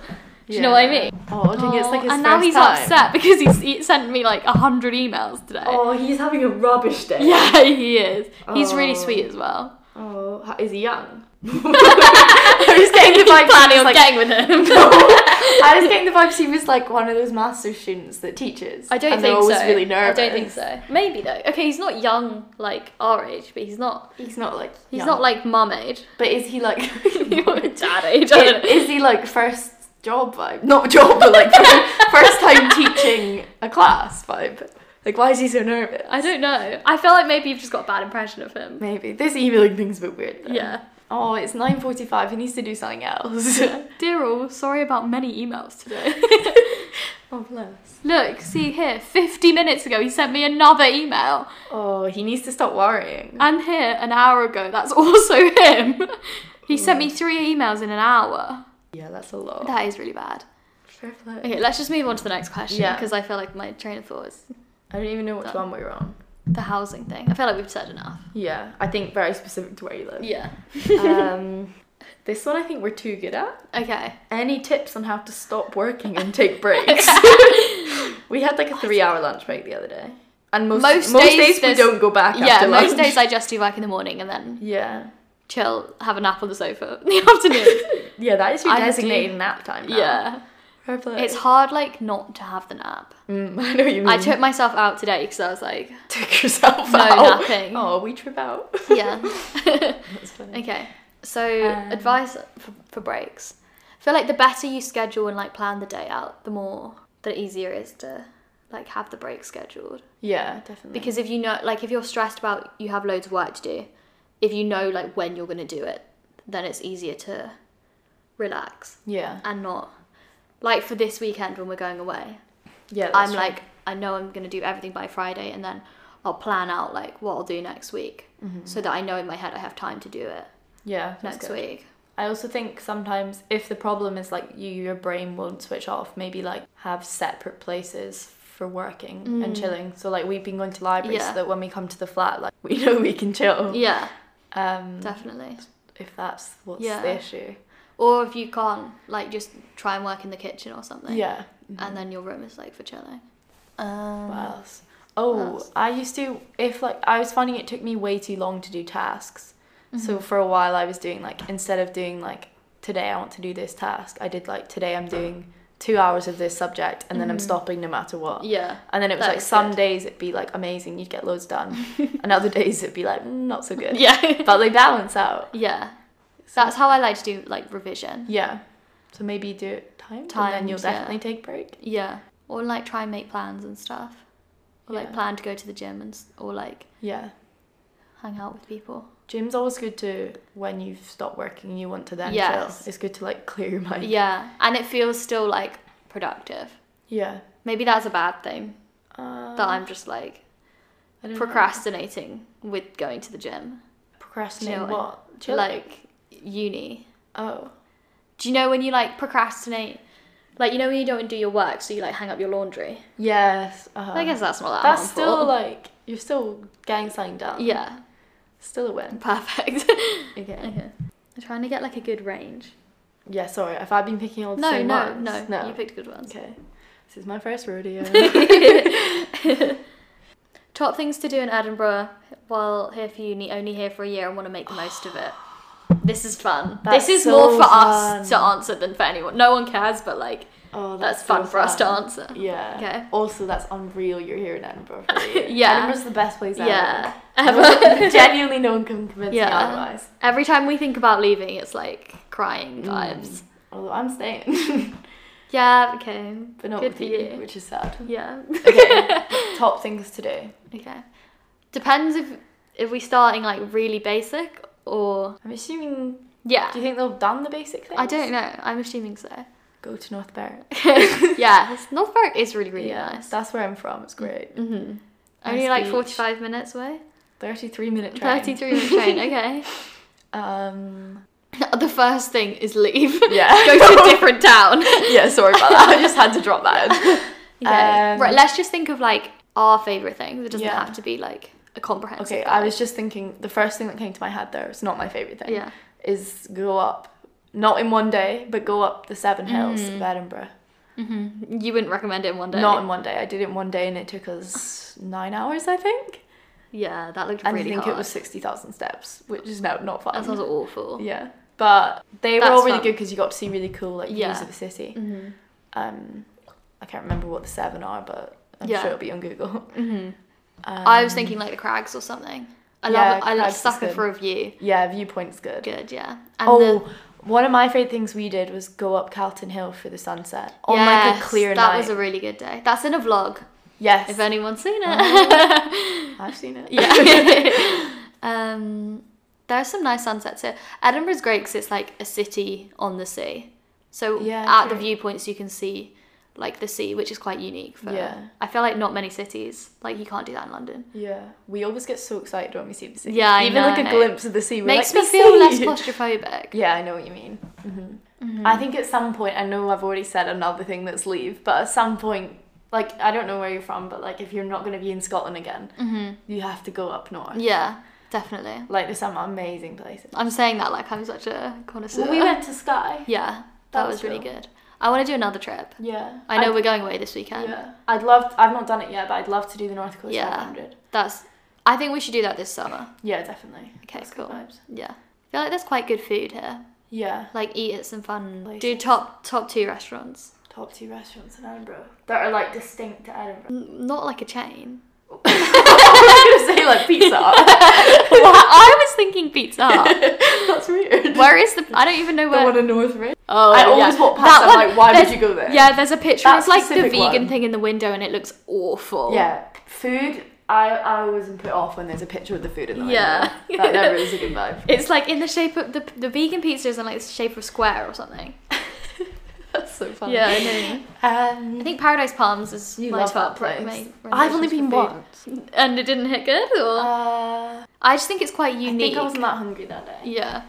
A: Do you know what I
B: Yeah.
A: mean?
B: Oh, I think it's like
A: Oh,
B: his
A: and now
B: first
A: he's
B: time.
A: upset because he's he sent me like a hundred emails today.
B: Oh, he's having a rubbish day.
A: *laughs* Yeah, he is. He's really
B: Oh.
A: sweet as
B: *laughs*
A: well.
B: Oh, ho- is he
A: *laughs*
B: young? *laughs*
A: I was *laughs*
B: getting the vibe
A: planning
B: he's
A: on
B: like- *laughs*
A: getting with him. *laughs*
B: I was getting the vibes he was like one of those master students that teaches.
A: I don't
B: and they're
A: think
B: always
A: so.
B: really nervous.
A: I don't think so. Maybe though. Okay, he's not young like our age, but he's not.
B: He's not like.
A: He's
B: young.
A: not like mum age.
B: But is he like?
A: *laughs*
B: *laughs*
A: dad age. I don't know.
B: is he like first job vibe? Not job, but like *laughs* first time teaching a class vibe. Like, why is he so nervous?
A: I don't know. I feel like maybe you've just got a bad impression of him.
B: Maybe this emailing thing's a bit weird. Though.
A: Yeah.
B: Oh, it's nine forty-five. He needs to do something *laughs* else.
A: Dear all, sorry about many emails *laughs* today.
B: oh bless.
A: Look, see here, 50 minutes ago he sent me another email.
B: Oh, he needs to stop worrying.
A: And here, an hour ago, that's *laughs* also him. He sent me three emails in an hour.
B: yeah, that's a lot.
A: That is really bad.
B: Fair play.
A: Okay, let's just move on to the next question
B: Yeah.
A: because I feel like my train of thought is
B: I don't even know which
A: Done.
B: one we were on.
A: the housing thing. I feel like we've said enough.
B: Yeah, I think very specific to where you live.
A: Yeah.
B: um, *laughs* this one I think we're too good at.
A: *laughs* Okay.
B: Any tips on how to stop working
A: *laughs*
B: and take breaks? *laughs* we had like a three-hour lunch break the other day, and most
A: Most
B: most,
A: days
B: days, we
A: there's-
B: don't go back.
A: Yeah,
B: after
A: most
B: lunch.
A: days I just do work in the morning and then
B: yeah,
A: chill, have a nap on the sofa *laughs* in the afternoon.
B: *laughs* yeah, that is your
A: I do-
B: designated nap time. Now.
A: Yeah.
B: Fair play.
A: It's hard, like, not to have the nap.
B: *laughs* Mm, I know what you mean.
A: I took myself out today because I was
B: *laughs*
A: like,
B: took yourself
A: No,
B: out.
A: nothing.
B: Oh, we
A: *laughs*
B: trip out.
A: yeah.
B: That's funny.
A: okay. So,
B: Um,
A: advice for, for breaks. I feel like the better you schedule and, like, plan the day out, the more, the easier it is to, like, have the break scheduled.
B: Yeah, definitely.
A: Because if you know, like, if you're stressed about you have loads of work to do, if you know, like, when you're going to do it, then it's easier to relax
B: yeah,
A: and not, like, for this weekend when we're going away.
B: yeah. that's
A: I'm
B: true.
A: like, I know I'm gonna do everything by Friday, and then I'll plan out like what I'll do next week, so that I know in my head I have time to do it
B: yeah. Mm-hmm. that's
A: next
B: good.
A: week.
B: I also think sometimes if the problem is like you, your brain won't switch off. Maybe like have separate places for working and chilling. So like we've been going to
A: Mm.
B: libraries
A: Yeah.
B: so that when we come to the flat, like *laughs* we know we can chill.
A: Yeah,
B: Um,
A: definitely.
B: if that's what's
A: Yeah.
B: the issue.
A: Or if you can't, like, just try and work in the kitchen or something.
B: Yeah. Mm-hmm.
A: And then your room is like for chilling. Um,
B: What else? Oh,
A: else?
B: I used to if like I was finding it took me way too long to do tasks. So
A: Mm-hmm.
B: for a while I was doing like instead of doing like today I want to do this task, I did like today I'm doing two hours of this subject and then
A: Mm-hmm.
B: I'm stopping no matter what.
A: Yeah.
B: And then it was
A: That
B: like
A: is
B: some
A: good.
B: days it'd be like amazing, you'd get loads
A: *laughs*
B: done, and other days it'd be like mm, not so good.
A: Yeah.
B: But they balance out.
A: yeah. That's how I like to do like revision.
B: Yeah. So maybe do it timed, and then
A: Timed,
B: you'll
A: yeah.
B: definitely take break.
A: Yeah. Or like try and make plans and stuff. Or like
B: Yeah.
A: plan to go to the gym and s- or like
B: Yeah.
A: hang out with people.
B: Gym's always good to when you've stopped working, you want to then
A: Yes.
B: chill. It's good to like clear your *laughs* mind.
A: Yeah. And it feels still like productive.
B: Yeah.
A: Maybe that's a bad thing
B: Um,
A: that I'm just like
B: I don't know.
A: procrastinating with going to the gym.
B: Procrastinate
A: Chilling.
B: what?
A: Like uni.
B: Oh.
A: Do you know when you like procrastinate? Like you know when you don't do your work, so you like hang up your laundry.
B: Yes. Uh-huh.
A: I guess that's not that.
B: That's
A: harmful.
B: still like you're still getting something
A: *laughs*
B: done.
A: yeah,
B: Still a win. *laughs*
A: perfect. *laughs*
B: Okay.
A: okay, I'm trying to get like a good range.
B: Yeah, sorry. If I've been picking all the
A: No,
B: same
A: no,
B: ones.
A: no, You picked good ones.
B: okay. This is my first
A: *laughs*
B: rodeo.
A: Top things to do in Edinburgh while here for uni, only here for a year, and want to make the most of it. This is fun.
B: That's
A: this is
B: so
A: more for
B: fun.
A: us to answer than for anyone. No one cares, but like
B: oh,
A: that's,
B: so
A: fun for us to answer.
B: Yeah.
A: Okay.
B: Also, that's unreal. You're here in Edinburgh. For a year.
A: *laughs* Yeah.
B: Edinburgh's the best place
A: Yeah.
B: *laughs* ever.
A: Ever.
B: Genuinely, no one can convince me
A: Yeah.
B: otherwise.
A: *laughs* Every time we think about leaving, it's like
B: Mm.
A: crying Mm. vibes.
B: Although I'm staying, *laughs*
A: Yeah, okay.
B: but not
A: Good
B: with
A: for
B: you,
A: you.
B: which is sad.
A: *laughs* Yeah.
B: Okay. Top things to do.
A: okay. Depends if if we starting like really basic or
B: I'm assuming.
A: yeah.
B: Do you think they've done the basic things?
A: I don't know. I'm assuming so.
B: Go to North Berwick.
A: *laughs*
B: *laughs*
A: yeah, North Berwick is really really
B: yeah,
A: nice.
B: that's where I'm from. It's great.
A: Mm-hmm.
B: Nice
A: Only like
B: beach.
A: 45 minutes away.
B: Thirty-three minute train.
A: 33 minute train. Okay.
B: *laughs* Um.
A: *laughs* the first thing is leave.
B: *laughs* Yeah.
A: *laughs* Go to a different town.
B: *laughs* yeah. Sorry about that. I just had to drop that.
A: *laughs*
B: in.
A: Okay.
B: Um,
A: right. Let's just think of like our favorite things. It doesn't
B: Yeah.
A: have to be like a comprehensive.
B: *laughs* Okay,
A: guide.
B: I was just thinking the first thing that came to my head there, it's not my favourite thing,
A: Yeah.
B: is go up, not in one day, but go up the seven hills of Edinburgh.
A: Mm-hmm. You wouldn't recommend it in Mm. one day.
B: Not in one day. I did it in one day and it took
A: *sighs*
B: us nine hours, I think.
A: Yeah, that looked
B: And
A: really
B: I think
A: hard.
B: it was 60,000 steps, which is no, not fun.
A: that sounds awful.
B: Yeah. But they were
A: That's
B: all really
A: fun.
B: good because you got to see really cool like views
A: Yeah.
B: of the city.
A: Mhm.
B: Um, I can't remember what the seven are, but I'm
A: Yeah.
B: sure it'll be on Google. *laughs*
A: Mhm.
B: Um,
A: I was thinking like the crags or something. I
B: Yeah,
A: love. I like
B: crags is
A: sucker
B: good.
A: for a view.
B: yeah, viewpoint's good.
A: Good, yeah. And
B: Oh,
A: the-
B: one of my favorite things we did was go up Calton Hill for the sunset on like a
A: Yes,
B: clear
A: that
B: night.
A: was a really good day. That's in a vlog.
B: yes, Oh.
A: If anyone's seen it.
B: *laughs* I've seen it.
A: *laughs* yeah. *laughs* um, there's some nice sunsets here. Edinburgh's great because it's like a city on the sea. So
B: Yeah,
A: at
B: true.
A: the viewpoints you can see like the sea, which is quite unique. For,
B: *laughs* Yeah.
A: I feel like not many cities like you can't do that in London.
B: yeah. We always get so excited when we see the sea.
A: Yeah, I
B: even like a
A: know.
B: glimpse of the sea we're
A: Makes
B: like,
A: me
B: "The
A: feel less
B: sea!" *laughs*
A: claustrophobic. Mm-hmm.
B: Yeah, I know what you mean. Mm-hmm.
A: Mm.
B: I think at some point, I know I've already said another thing that's leave, but at some point, like I don't know where you're from, but like if you're not going to be in Scotland again,
A: Mm-hmm.
B: you have to go up north.
A: Yeah, definitely.
B: Like there's some amazing places.
A: I'm saying that like I'm such a connoisseur.
B: Well, we went to Skye.
A: *laughs* yeah, that,
B: That
A: was,
B: was
A: really
B: cool.
A: good. I want to do another trip.
B: Yeah,
A: I know we're going away this weekend.
B: Yeah, I'd love. I've not done it yet, but I'd love to do the North Coast
A: Yeah.
B: 500.
A: That's. I think we should do that this summer.
B: Yeah, definitely.
A: Okay,
B: That's good
A: cool.
B: vibes.
A: Yeah, I feel like there's quite good food here.
B: Yeah,
A: Like eat at some fun. Do
B: Places.
A: top top two restaurants,
B: top two restaurants in Edinburgh that are like distinct to Edinburgh.
A: N- not like a chain.
B: *laughs*
A: *laughs*
B: I was gonna say like pizza. Hut.
A: I was thinking Pizza
B: *laughs*
A: Hut.
B: That's weird.
A: Where is the? I don't even know where.
B: in Northridge.
A: Oh,
B: I always walk past. I'm like, why would
A: there's-
B: you go there?
A: Yeah, there's a picture.
B: That
A: of like the
B: specific
A: vegan
B: one.
A: thing in the window, and it looks awful.
B: Yeah, food. I, I always am put off when there's a picture of the food in the
A: Yeah.
B: window. That never is a good vibe.
A: *laughs* It's like in the shape of the the vegan pizza is in like the shape of a square or something.
B: *laughs* That's so funny.
A: Yeah,
B: *laughs*
A: I know. I
B: Um,
A: think Paradise Palms is
B: you
A: my
B: love
A: top
B: that place.
A: recommend-
B: I've only been
A: recommendations for
B: once.
A: food. and it didn't hit good. Or
B: Uh,
A: I just think it's quite
B: I
A: unique.
B: think I wasn't that hungry that day.
A: yeah,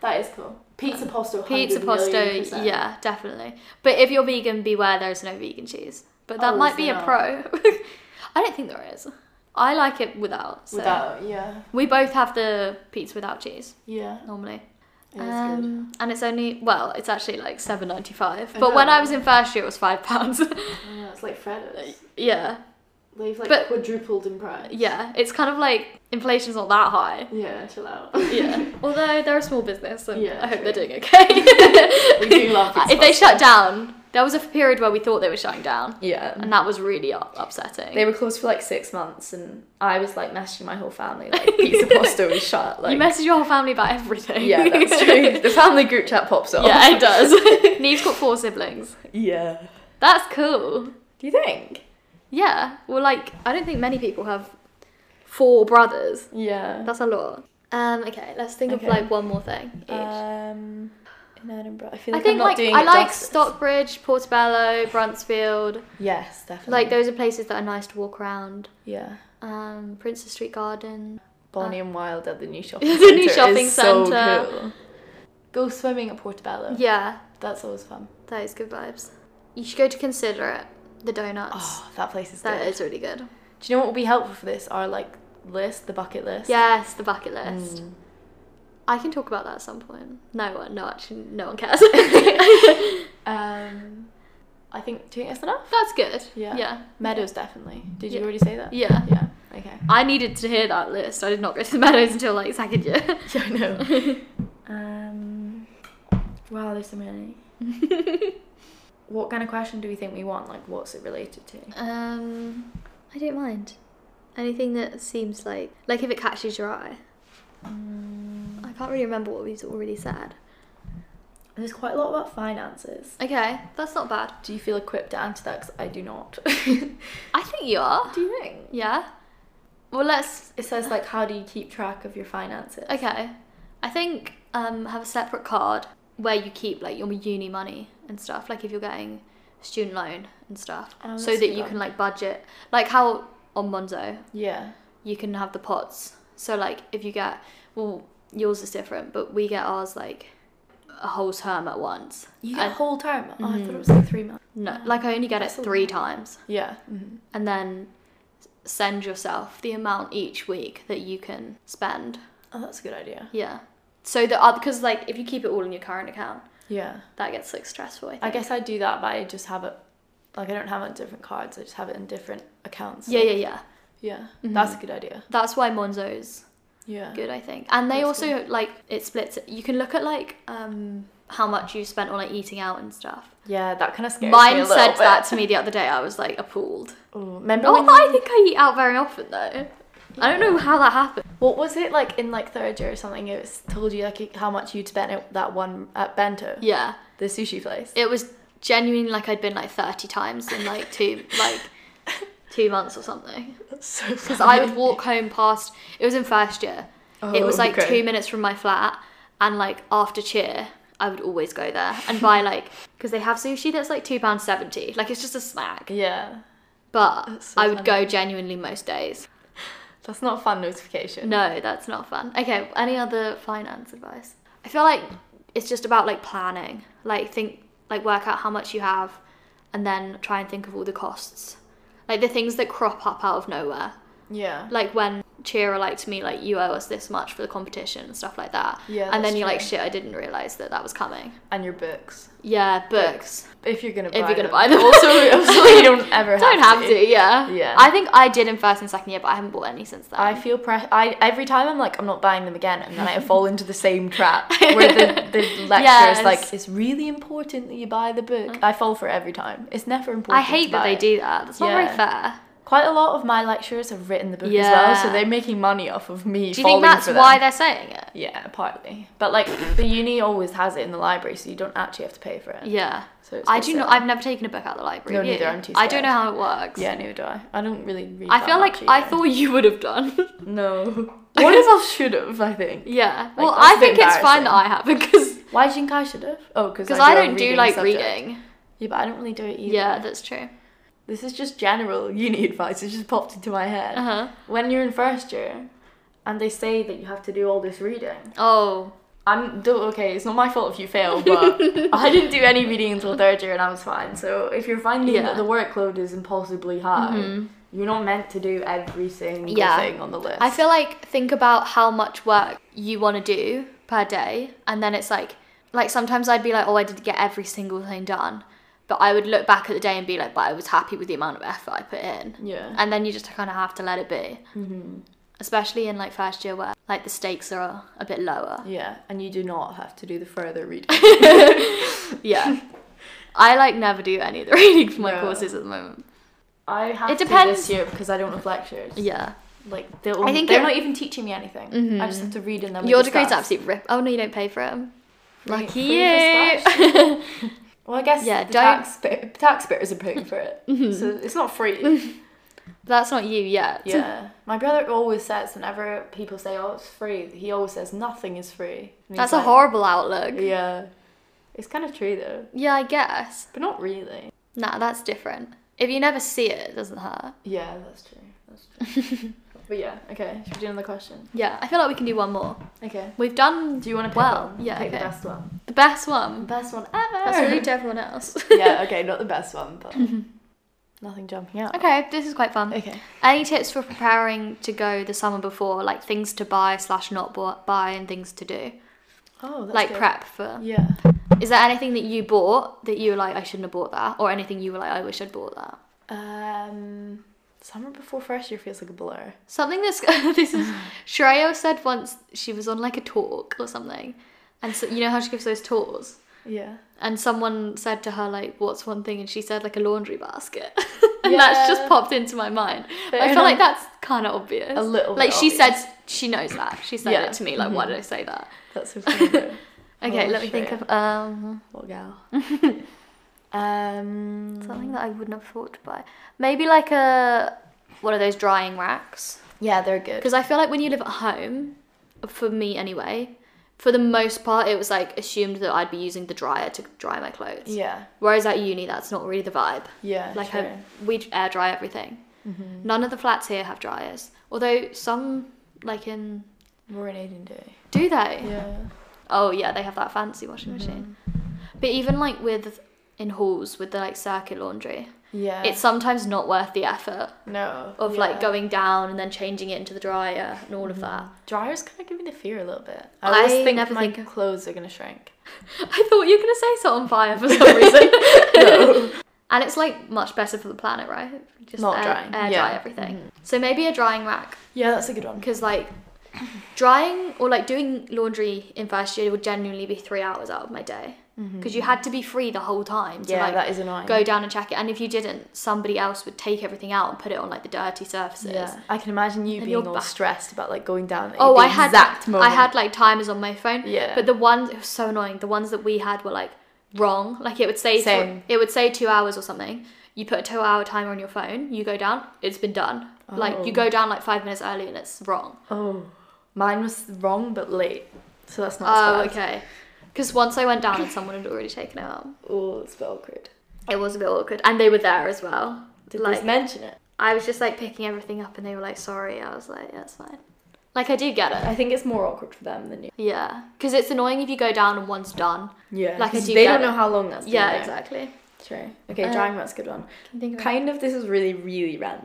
B: That is cool. Pizza posto.
A: pizza
B: 100 million
A: posto.
B: percent.
A: Yeah, definitely. But if you're vegan, beware there's no vegan cheese. But that
B: Oh,
A: might
B: is
A: be
B: there
A: a pro. *laughs* I don't think there is. I like it without. So.
B: Without, yeah,
A: We both have the pizza without cheese
B: yeah,
A: normally.
B: it is good.
A: Um, And it's only well, it's actually like seven ninety five.
B: I
A: But when
B: know.
A: I was in first year, it was five pounds. *laughs*
B: I know, it's like Freddo's.
A: yeah,
B: They've like
A: but-
B: quadrupled in price.
A: yeah. It's kind of like inflation's not that high.
B: Yeah,
A: *laughs*
B: chill out.
A: Yeah. Although they're a small business, and
B: Yeah, *laughs*
A: I hope they're
B: true.
A: doing okay.
B: we do love pizza
A: if they
B: posto.
A: shut down, There was a period where we thought they were shutting down,
B: Yeah.
A: and that was really up- upsetting.
B: They were closed for like six months, and I was like messaging my whole family
A: *laughs*
B: like pizza pasta was shut. Like
A: you message your whole family about everything. *laughs*
B: yeah, that's true. the family group chat pops up.
A: yeah, it does. Neve's got four siblings.
B: *laughs* yeah.
A: That's cool.
B: Do you think?
A: Yeah. Well, like I don't think many people have four brothers.
B: Yeah.
A: That's a lot. Um. Okay. Let's think
B: Okay.
A: of like one more thing. Each.
B: Um, in Edinburgh, I feel
A: I
B: like
A: think
B: am not
A: like
B: doing
A: I
B: it
A: like
B: justice.
A: Stockbridge, Portobello, Brunsfield.
B: Yes, definitely.
A: Like those are places that are nice to walk around.
B: Yeah.
A: Um, Princess Street Garden.
B: Bonnie
A: Uh,
B: and Wild at the
A: *laughs*
B: new shopping
A: the
B: centre.
A: new shopping
B: is so
A: centre.
B: cool. Go swimming at Portobello.
A: Yeah,
B: That's always fun.
A: that is good vibes. You should go to Consider It. The donuts.
B: Oh, that place is
A: That is
B: good.
A: really good.
B: Do you know what will be helpful for this? Our like list, the bucket list.
A: Yes, the bucket list.
B: Mm.
A: I can talk about that at some point. No one, no, actually, no one cares. *laughs*
B: Um, I think do you think that's enough?
A: That's good.
B: Yeah.
A: Yeah.
B: Meadows definitely. Did you
A: Yeah.
B: already say that?
A: Yeah.
B: Yeah. Okay.
A: I needed to hear that list. I did not go to the Meadows until like second year.
B: *laughs*
A: *laughs*
B: Yeah, I know. um, wow, there's
A: *laughs*
B: so many. What kind of question do we think we want? Like, what's it related to?
A: um, I don't mind. Anything that seems like like if it catches your eye.
B: Mm.
A: I can't really remember what we've already said.
B: There's quite a lot about finances.
A: Okay, that's not bad.
B: Do you feel equipped to answer that? 'Cause I do not. *laughs*
A: I think you are.
B: do you think?
A: Yeah. Well, let's.
B: It says like, how do you keep track of your finances?
A: Okay. I think um, have a separate card where you keep like your uni money and stuff. Like if you're getting student loan and stuff,
B: Oh,
A: so
B: that's
A: that
B: good
A: you
B: one.
A: can like budget. Like how on Monzo
B: Yeah.
A: you can have the pots. So like if you get well, yours is different, but we get ours like a whole term at once.
B: You get a
A: And-
B: whole term. Oh, I thought
A: Mhm.
B: it was like three months.
A: no, like I only get it
B: That's a
A: three
B: lot.
A: times,
B: Yeah. Mm-hmm.
A: and then send yourself the amount each week that you can spend.
B: Oh, that's a good idea.
A: Yeah. So the other, because like if you keep it all in your current account,
B: Yeah.
A: that gets like stressful. I, think.
B: I guess I do that, but I just have it. Like, I don't have it on different cards. I just have it in different accounts.
A: Yeah, yeah, yeah.
B: Yeah. Mm-hmm.
A: Mhm.
B: That's a good idea.
A: That's why Monzo's
B: Yeah.
A: good, I think. And they
B: That's
A: also like it splits. It. You can look at like um how much you spent on like eating out and stuff.
B: Yeah, that kind of scares me Oh
A: Mine
B: a little
A: said
B: bit.
A: that to me the other day. I was like appalled.
B: Ooh, remember
A: Not
B: when
A: that I think I eat out very often though. I don't know how that happened.
B: What was it like in like third year or something? It was told you like how much you'd spent at that one at Bento,
A: Yeah,
B: the sushi place.
A: it was genuinely like I'd been like thirty times in like two like two months or something.
B: That's so *laughs*
A: Because I would walk home past. It was in first year.
B: Oh,
A: it was like two minutes from my flat, and like after cheer, I would always go there and buy like because they have sushi that's like two pounds seventy. Like it's just a snack,
B: Yeah,
A: but
B: That's so
A: I would
B: funny.
A: go genuinely most days.
B: that's not a fun notification.
A: No, that's not fun. Okay, any other finance advice? I feel like it's just about like planning. Like think like work out how much you have and then try and think of all the costs. Like the things that crop up out of nowhere.
B: Yeah.
A: Like when cheer are like to me like you owe us this much for the competition and stuff like that.
B: Yeah,
A: And then
B: that's
A: you're like
B: true.
A: shit, I didn't realize that that was coming.
B: And your books,
A: Yeah, books.
B: if you're gonna
A: If
B: buy
A: you're gonna
B: them.
A: buy them.
B: *laughs* Also, also you *laughs* don't ever
A: Don't have to. yeah.
B: Yeah.
A: I think I did in first and second year, but I haven't bought any since then.
B: I feel press. I every time I'm like I'm not buying them again, and then I fall into the same trap where the, *laughs* the lecturer
A: Yes.
B: is like, "It's really important that you buy the book." I fall for it every time. It's never important.
A: I
B: to
A: hate that
B: buy
A: they
B: it.
A: do that. That's not
B: Yeah.
A: very fair.
B: Quite a lot of my lecturers have written the book as well, so
A: Yeah.
B: they're making money off of me.
A: Do you
B: falling
A: think that's
B: for
A: why
B: them.
A: they're saying it?
B: Yeah, partly. But like the uni always has it in the library, so you don't actually have to pay for it.
A: Yeah.
B: So it's
A: I
B: good
A: do not.
B: sale.
A: I've never taken a book out of the library.
B: No,
A: have you?
B: neither, I'm too
A: I don't
B: scared.
A: know how it works.
B: Yeah, neither do I. I don't really read.
A: I
B: that
A: feel like
B: much
A: I
B: either.
A: thought you would have done. *laughs*
B: no. What if I should have? I think.
A: yeah. well,
B: that's
A: I
B: a bit
A: think it's fine that I have *laughs* because
B: Why do you think I should have? Oh, because
A: because I don't do like reading.
B: Yeah, but I don't really do it either.
A: Yeah, that's true.
B: This is just general *laughs* uni advice. It just popped into my head.
A: Uh huh.
B: When you're in first year, and they say that you have to do all this reading.
A: Oh.
B: I'm do okay. It's not my fault if you fail,
A: *laughs*
B: but I didn't do any reading until third year, and I was fine. So if you're finding
A: Yeah.
B: that the workload is impossibly high,
A: Mhm.
B: you're not meant to do every single
A: Yeah.
B: thing on the list.
A: I feel like think about how much work you want to do per day, and then it's like, like sometimes I'd be like, oh, I did get every single thing done, but I would look back at the day and be like, but I was happy with the amount of effort I put in,
B: yeah, Mm-hmm.
A: and then you just kind of have to let it be, especially in like first year where like the stakes are a bit lower.
B: yeah, and you do not have to do the further reading.
A: Yeah. I like never do any of the *laughs* reading for my
B: No.
A: courses at the moment.
B: *laughs* I have
A: It
B: to
A: depends.
B: this year because I don't have lectures.
A: Yeah.
B: Like they're all,
A: I think
B: they're
A: it- Mm-hmm.
B: not even teaching me anything. I just have to read and then we
A: Your degree's
B: discuss.
A: absolute rip. Oh no, you don't pay for it. Lucky
B: free for
A: you.
B: Well, I guess
A: Yeah,
B: the
A: don't- Mm-hmm.
B: taxpayer, taxpayers are paying for
A: *laughs*
B: it, so it's not free.
A: That's not you yet.
B: yeah, my brother always says whenever people say, "Oh, it's free," he always says, "Nothing is free." And he's
A: That's a
B: like,
A: horrible outlook. Yeah.
B: Yeah, it's kind of true though,
A: I guess.
B: but not really.
A: Nah, that's different. If you never see it, it doesn't hurt.
B: Yeah, that's true. That's true.
A: *laughs*
B: but yeah, okay. Should we do another question?
A: Yeah, I feel like we can do one more.
B: Okay.
A: We've done
B: Do you want to pick
A: Well,
B: one?
A: yeah,
B: Pick
A: okay.
B: the best one.
A: the best one.
B: Best one ever.
A: That's *laughs* rude to everyone
B: *laughs*
A: else.
B: yeah. Okay, not the best one,
A: *laughs*
B: but nothing jumping out.
A: okay, this is quite fun.
B: Okay.
A: Any tips for preparing to go the summer before, like things to buy slash not bu- buy and things to do,
B: Oh, that's
A: like
B: good.
A: prep for?
B: Yeah.
A: Is there anything that you bought that you were like I shouldn't have bought that, or anything you were like I wish I'd bought that?
B: Um, summer before fresh year feels like a blur.
A: Something that's *laughs* this
B: *laughs*
A: is Shreya said once she was on like a talk or something, and so, you know how she gives those tours,
B: Yeah.
A: and someone said to her like, "What's one thing?" and she said like a laundry basket, *laughs* and that's just
B: Yeah.
A: popped into my mind.
B: Fair
A: I feel like
B: enough.
A: that's kind of obvious.
B: A little
A: Like
B: bit
A: she
B: obvious.
A: said, she knows that. She said
B: Yeah. Mm-hmm.
A: it to me. Like, why did I say that?
B: That's so funny. *laughs* though.
A: Okay,
B: Oh,
A: let me think
B: Shreya.
A: of um
B: What gal? *laughs* um,
A: something that I wouldn't have thought to buy. Maybe like a one of those drying racks.
B: yeah, they're good.
A: Because I feel like when you live at home, for me anyway, for the most part, it was like assumed that I'd be using the dryer to dry my clothes.
B: Yeah,
A: Whereas at uni, that's not really the vibe.
B: yeah. Mm-hmm.
A: Like
B: true.
A: I, we air dry everything. None of the flats here have dryers. Although some, like in,
B: we're in Aiden Day.
A: do they?
B: Yeah.
A: Oh yeah, they have that fancy washing machine.
B: Mm.
A: But even like with in halls with the like circuit laundry,
B: Mm-hmm. Yeah.
A: it's sometimes not worth the effort
B: no
A: of
B: yeah. Mm-hmm.
A: like going down and then changing it into the dryer and all of that. *laughs*
B: Dryers kind of give me the fear a little bit. I,
A: I
B: always think
A: never
B: my
A: think of-
B: clothes are gonna shrink.
A: I thought you were gonna say set on fire *laughs* for some
B: *laughs*
A: reason. And it's like much better for the planet, right? *laughs* Just
B: Not
A: air, air
B: drying, yeah. Mm-hmm.
A: dry everything. So maybe a drying rack
B: Yeah, that's a good one.
A: because like *clears throat* drying or like doing laundry in first year would genuinely be three hours out of my day because you had to be free the whole time to
B: Mm-hmm. yeah,
A: like
B: that is annoying.
A: go down and check it. And if you didn't, somebody else would take everything out and put it on like the dirty surfaces.
B: Yeah, I can imagine you
A: And
B: being
A: you're
B: all
A: back.
B: stressed about like going down. at
A: Oh,
B: the
A: I had
B: exact moment.
A: I had like timers on my phone.
B: Yeah.
A: But the ones it was so annoying. The ones that we had were like wrong. Like it would say tw-
B: Same.
A: it would say two hours or something. You put a two hour timer on your phone. You go down. It's been done. Like you
B: Oh.
A: go down like five minutes early and it's wrong.
B: Oh, mine was wrong but late, so that's not.
A: Oh,
B: as bad.
A: okay. Because once I went down and someone had already taken it out,
B: Oh, it's a bit awkward.
A: it was a bit awkward. And they were there as well.
B: Did
A: Like-
B: like, mention it?
A: I was just like picking everything up and they were like, sorry. I was like, yeah, it's fine. Like I do get it.
B: I think it's more awkward for them than you.
A: Yeah, because it's annoying if you go down and one's done.
B: Yeah,
A: Like, I
B: 'cause
A: do
B: they
A: get
B: don't
A: it.
B: know how long that's. been
A: yeah,
B: there.
A: exactly.
B: True. Okay,
A: Uh,
B: drying rack's a good one.
A: Can you think of it?
B: Kind of. This is really really
A: *laughs*
B: random,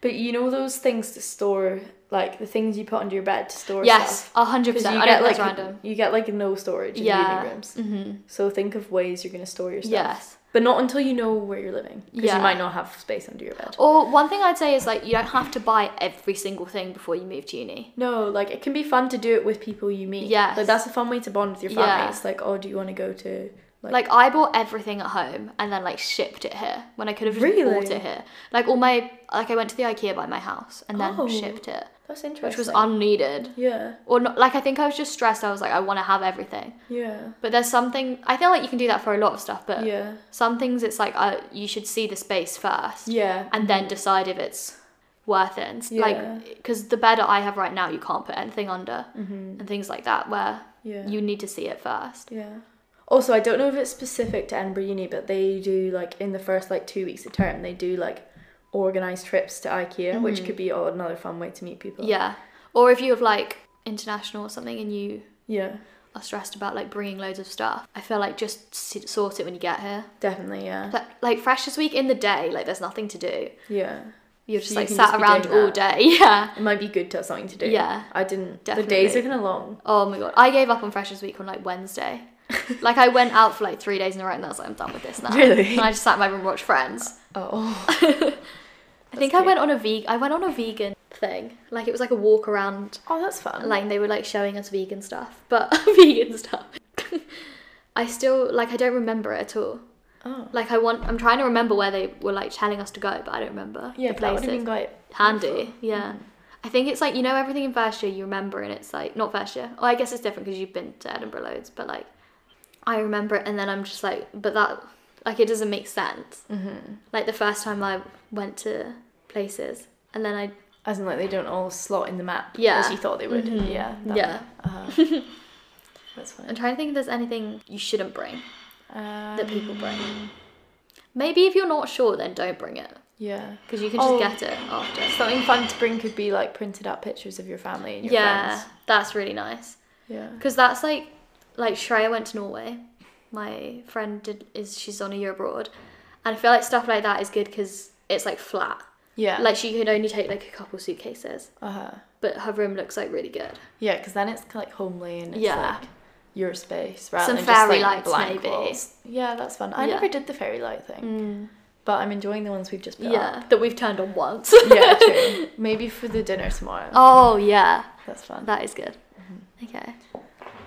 B: but you know those things to store, like the things you put under your bed to store.
A: Yes,
B: stuff?
A: a hundred
B: 'Cause
A: percent.
B: you
A: I
B: get
A: don't
B: like
A: think that's random.
B: you get like no storage in
A: Yeah.
B: uni rooms.
A: Mm-hmm.
B: So think of ways you're gonna store your stuff.
A: Yes.
B: But not until you know where you're living, because
A: Yeah.
B: you might not have space under your bed.
A: Or one thing I'd say is like you don't have to buy every single thing before you move to uni.
B: No, like it can be fun to do it with people you meet.
A: Yes.
B: like that's a fun way to bond with your family.
A: Yeah.
B: It's like, oh, do you want to go to like,
A: Like I bought everything at home and then like shipped it here when I could have just bought
B: Really?
A: it here. Like all my like I went to the IKEA by my house and then
B: Oh.
A: shipped it,
B: that's interesting.
A: which was unneeded.
B: Yeah,
A: Or not, like I think I was just stressed. I was like I want to have everything,
B: yeah,
A: but there's something I feel like you can do that for a lot of stuff. But
B: yeah,
A: some things it's like uh, you should see the space first.
B: yeah.
A: and then decide if it's worth it. And s-
B: Yeah.
A: Like, because the bed I have right now, you can't put anything under and things like that, where
B: Mm-hmm. Yeah.
A: you need to see it first.
B: yeah. Also, I don't know if it's specific to Edinburgh Uni, but they do like in the first like two weeks of term, they do like organized trips to IKEA, which could be oh, another fun way to meet people.
A: Mm. Yeah. Or if you have like international or something and you
B: yeah,
A: are stressed about like bringing loads of stuff, I feel like just s- sort it when you get here.
B: definitely. Yeah,
A: Like, like freshers week in the day, like there's nothing to do.
B: yeah.
A: You're just
B: So you
A: like
B: can
A: sat
B: just be
A: around
B: doing
A: all day. *laughs* Yeah.
B: It might be good to have something to do.
A: Yeah.
B: I didn't. The days
A: Definitely.
B: are kind of long.
A: Oh my god, I gave up on freshers week on like Wednesday.
B: *laughs*
A: like I went out for like three days in a row and I was like, I'm done with this now.
B: Really?
A: And I just sat in my room and watched Friends.
B: Oh.
A: I think I went on a veg. I went on a vegan thing. Like it was like a walk around.
B: Oh, that's fun.
A: *laughs* Like they were like showing us vegan stuff, but vegan stuff. I still like I don't remember it at all.
B: Oh.
A: Like I want I'm trying to remember where they were like telling us to go, but I don't remember
B: Yeah,
A: the
B: that would
A: places.
B: have been Mm-hmm. quite
A: Handy, yeah. I think it's like you know everything in first year you remember, and it's like not first year. Oh, I guess it's different because you've been to Edinburgh loads, but like I remember it, and then I'm just like, but that like it doesn't make sense.
B: Mm-hmm.
A: Like the first time I went to places, and then I
B: As in, like they don't all slot in the map
A: Yeah.
B: as you thought they would.
A: Mhm.
B: Yeah.
A: Yeah. *laughs*
B: uh That's
A: I'm
B: fine.
A: trying to think if there's anything you shouldn't bring
B: Um,
A: that people bring. Maybe if you're not sure, then don't bring it
B: Yeah.
A: because you can just
B: Oh.
A: get it after.
B: Something fun to bring could be like printed out pictures of your family and your
A: Yeah,
B: friends.
A: that's really nice.
B: Yeah.
A: Because that's like, like Shreya went to Norway. My friend did is she's on a year abroad, and I feel like stuff like that is good because it's like flat.
B: Yeah.
A: Like she could only take like a couple suitcases,
B: Uh huh.
A: but her room looks like really good.
B: Yeah, because then it's kinda, like homely and it's
A: Yeah.
B: like your space rather
A: Some
B: than
A: fairy
B: just like
A: lights,
B: blank
A: maybe.
B: walls. Yeah, that's fun. I
A: Yeah. Mm.
B: never did the fairy light thing, but I'm enjoying the ones we've just put
A: Yeah,
B: up.
A: that we've turned on *laughs* once.
B: yeah, true. Maybe for the dinner tomorrow.
A: oh yeah,
B: That's fun.
A: that is good.
B: Mm-hmm.
A: Okay.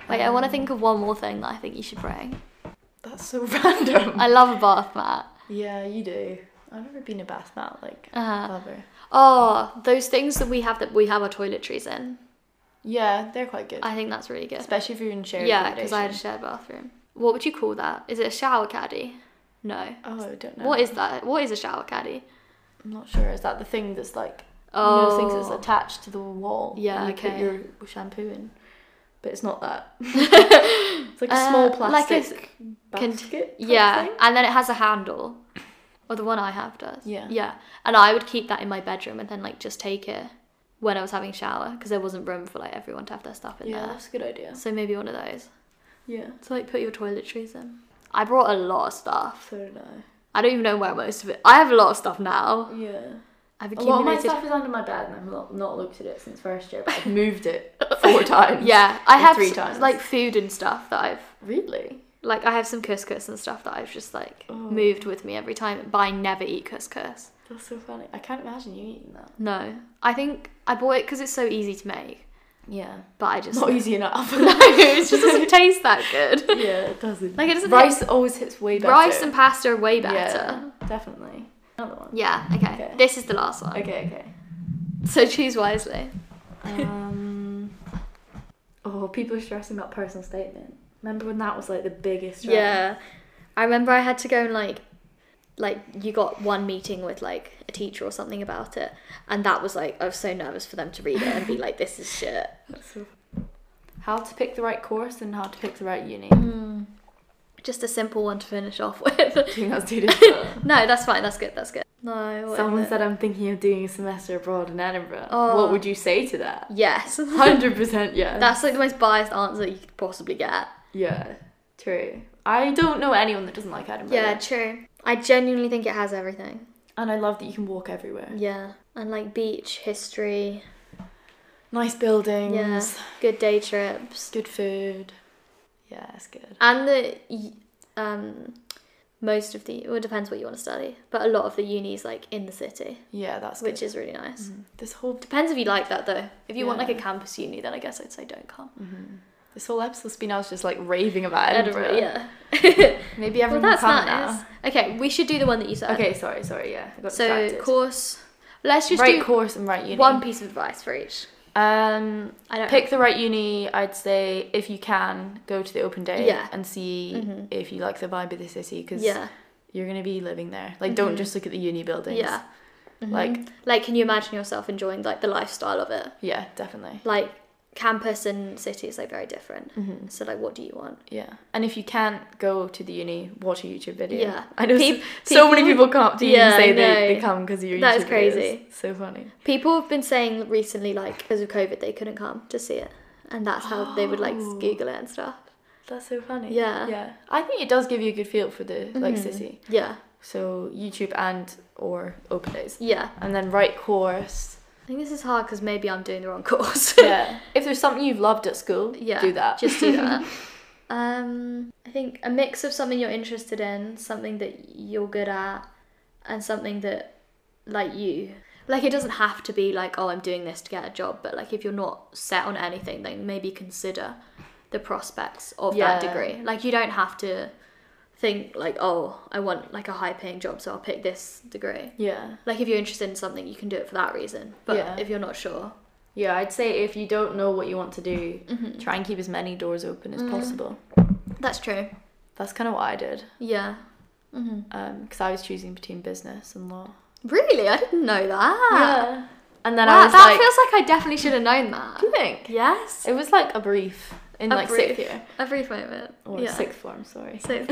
A: Wait, I want to think of one more thing that I think you should bring.
B: That's so *laughs* random.
A: I love a bath mat.
B: yeah, you do. I've never been a bath mat like
A: Uh-huh.
B: ever.
A: Oh, those things that we have that we have our toiletries in.
B: Yeah, they're quite good,
A: I think that's really good.
B: especially if you're in shared
A: Yeah, because I had a
B: accommodation.
A: shared bathroom. What would you call that? Is it a shower caddy? No.
B: Oh, I don't know.
A: What is that? What is a shower caddy?
B: I'm not sure. Is that the thing that's like
A: Oh,
B: you know, things that's attached to the wall? that
A: Yeah,
B: you
A: okay.
B: Put your shampoo in, but it's not
A: *laughs*
B: that. it's like a
A: Uh,
B: small
A: like a
B: plastic
A: can-
B: basket. type
A: yeah,
B: thing?
A: and then it has a handle, or the one I have does.
B: Yeah.
A: Yeah, and I would keep that in my bedroom and then like just take it when I was having a shower because there wasn't room for like everyone to have their stuff in
B: Yeah,
A: there.
B: that's a good idea.
A: So maybe one of those
B: Yeah.
A: to like put your toiletries in. I brought a lot of stuff.
B: So did I.
A: I don't even know where most of it. I have a lot of stuff now.
B: Yeah.
A: I've
B: A lot of my
A: accumulated.
B: stuff is under my bed, and I've not, not looked at it since first year. But
A: *laughs*
B: I've moved it four times.
A: yeah, I
B: Or
A: have
B: three
A: s-
B: times.
A: like food and stuff that I've
B: Really?
A: Like I have some couscous and stuff that I've just like
B: Oh.
A: moved with me every time, but I never eat couscous.
B: That's so funny. I can't imagine you eating that.
A: No, I think I bought it because it's so easy to make,
B: Yeah.
A: but I just
B: Not easy enough.
A: *laughs* no, it just doesn't taste that good.
B: *laughs* yeah, it doesn't.
A: Like, it doesn't
B: Rice always hits way better.
A: Rice and pasta are way better.
B: Yeah, definitely. Another one.
A: Yeah. okay.
B: Okay.
A: This is the last one.
B: Okay,
A: So choose wisely.
B: okay. Um. *laughs* oh, people are stressing about personal statement. Remember when that was like the biggest? Stress?
A: Yeah. I remember I had to go and like like you got one meeting with like a teacher or something about it and that was like I was so nervous for them to read it and be like this is shit.
B: How to pick the right course and how to pick the right uni.
A: Mm. Just a simple one to finish off *laughs* with.
B: *laughs* I Hmm. *laughs* think that's too difficult.
A: no, that's fine. That's good. That's good. No. what is
B: Someone
A: it?
B: said I'm thinking of doing a semester abroad in Edinburgh.
A: Oh.
B: What would you say to that? *laughs*
A: yes.
B: Hundred percent,
A: *laughs*
B: yes.
A: That's like the most biased answer you could possibly get.
B: yeah, true. I don't know anyone that doesn't like Edinburgh.
A: Yeah, true. I genuinely think it has everything.
B: and I love that you can walk everywhere.
A: Yeah. And like beach, history,
B: Nice buildings.
A: Yeah. good day trips,
B: Good food. Yeah, it's good.
A: and the y- um most of the well it depends what you want to study, but a lot of the uni's like in the city,
B: Yeah, that's
A: which
B: good. Mm-hmm.
A: is really nice.
B: This whole
A: Depends if you like that though. If you want like a
B: Yeah.
A: campus uni, then I guess I'd say don't come.
B: mm-hmm. this whole episode's been us just like raving about Edinburgh.
A: Edinburgh, yeah.
B: Maybe
A: Well,
B: everyone
A: that's
B: will come
A: nice. Okay, we should do the one that you said.
B: now. Okay, sorry, sorry. Yeah, I got
A: So
B: distracted.
A: course, let's just
B: right
A: do
B: course and right uni.
A: one piece of advice for each.
B: Um,
A: I don't
B: pick the right uni. I'd say if you can go to the open day
A: Yeah. Mm-hmm.
B: and see if you like the vibe of the city because
A: Yeah, Mm-hmm.
B: you're gonna be living there. Like, don't just look at the uni buildings.
A: yeah. Mm-hmm.
B: Like,
A: Like, can you imagine yourself enjoying like the lifestyle of it?
B: yeah, definitely.
A: Like, campus and city is like very different. So like, what do you want?
B: Yeah, and if you can't go to the uni, watch a YouTube video.
A: Yeah.
B: *laughs* I know
A: Peop-
B: so, so many
A: people-
B: people come up to you
A: Yeah, I
B: and say they,
A: know.
B: they come because of your YouTube
A: That is
B: videos.
A: crazy.
B: So funny.
A: People have been saying recently, like because of COVID, they couldn't come to see it, and that's how they would like
B: Oh.
A: Google it and stuff.
B: That's so funny.
A: Yeah.
B: Yeah. I think it does give you a good feel for the like city.
A: Mm-hmm. Yeah,
B: So YouTube and or open days.
A: yeah.
B: And then right course.
A: I think this is hard because maybe I'm doing the wrong *laughs* course.
B: Yeah. if there's something you've loved at school,
A: yeah.
B: do that.
A: Just do that. um, I think a mix of something you're interested in, something that you're good at, and something that like you. Like it doesn't have to be like, oh, I'm doing this to get a job, but like if you're not set on anything, then maybe consider the prospects of that
B: Yeah.
A: degree. Like you don't have to think like, oh, I want like a high paying job, so I'll pick this degree.
B: *laughs* Yeah.
A: Like if you're interested in something, you can do it for that reason. But
B: Yeah.
A: if you're not sure,
B: Yeah, I'd say if you don't know what you want to do,
A: Mhm.
B: try and keep as many doors open as
A: Mm.
B: possible.
A: that's true.
B: That's kind of what I did
A: Yeah. hmm
B: because I was choosing between business and law.
A: Really, I didn't know that.
B: Yeah. And then
A: Ah. Wow,
B: I was
A: that
B: like,
A: feels like I definitely should have known that.
B: do you think?
A: *laughs* Yes.
B: It was like a brief in
A: A
B: like
A: brief.
B: sixth year
A: A brief moment.
B: or
A: yeah.
B: sixth form. Sorry.
A: *laughs* Sixth.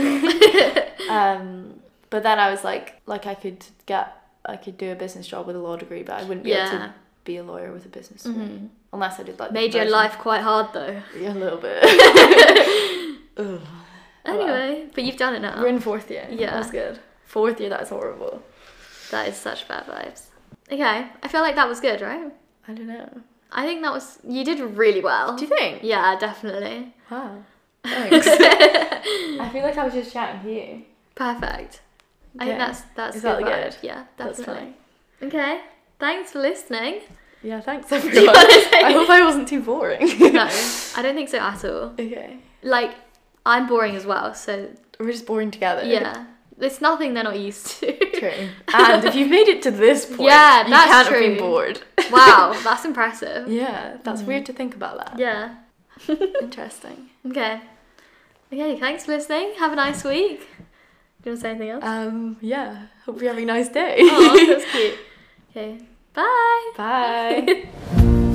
B: um, but then I was like, like I could get, I could do a business job with a law degree, but I wouldn't be able
A: Yeah.
B: to be a lawyer with a business degree
A: Mhm.
B: unless I did like the
A: Made your
B: conversion.
A: life quite hard though.
B: Yeah, a little bit. Ugh. Oh, well.
A: Anyway, but you've done it now.
B: We're in fourth year.
A: Yeah.
B: that's good. Fourth year, that's horrible.
A: That is such bad vibes. Okay, I feel like that was good, right?
B: I don't know.
A: I think that was you did really well.
B: Do you think?
A: Oh, Yeah, definitely.
B: Wow. Thanks. I feel like I was just chatting to you.
A: *laughs* Perfect. I
B: Yeah.
A: think that's that's
B: Is that
A: good.
B: good?
A: vibe. Yeah,
B: That's
A: definitely.
B: fine.
A: okay. Thanks for *laughs* listening.
B: Yeah, thanks everyone.
A: you wanna say-
B: I hope I wasn't too boring. *laughs*
A: No, I don't think so at all.
B: okay.
A: Like, I'm boring as well, so
B: We're just boring together.
A: yeah. It's nothing they're not used to. *laughs*
B: True. And if you've made it to this point,
A: Yeah,
B: you
A: that's
B: can't have
A: true.
B: been bored.
A: wow, that's impressive.
B: Yeah, that's weird to think about that.
A: Mm. Yeah.
B: Interesting.
A: Okay. Okay, thanks for listening. Have a nice week. Do you want to say anything
B: *laughs*
A: else?
B: Um, yeah. *laughs* Hope you're having a nice day.
A: *laughs* Oh, that's cute. Okay. Bye.
B: Bye.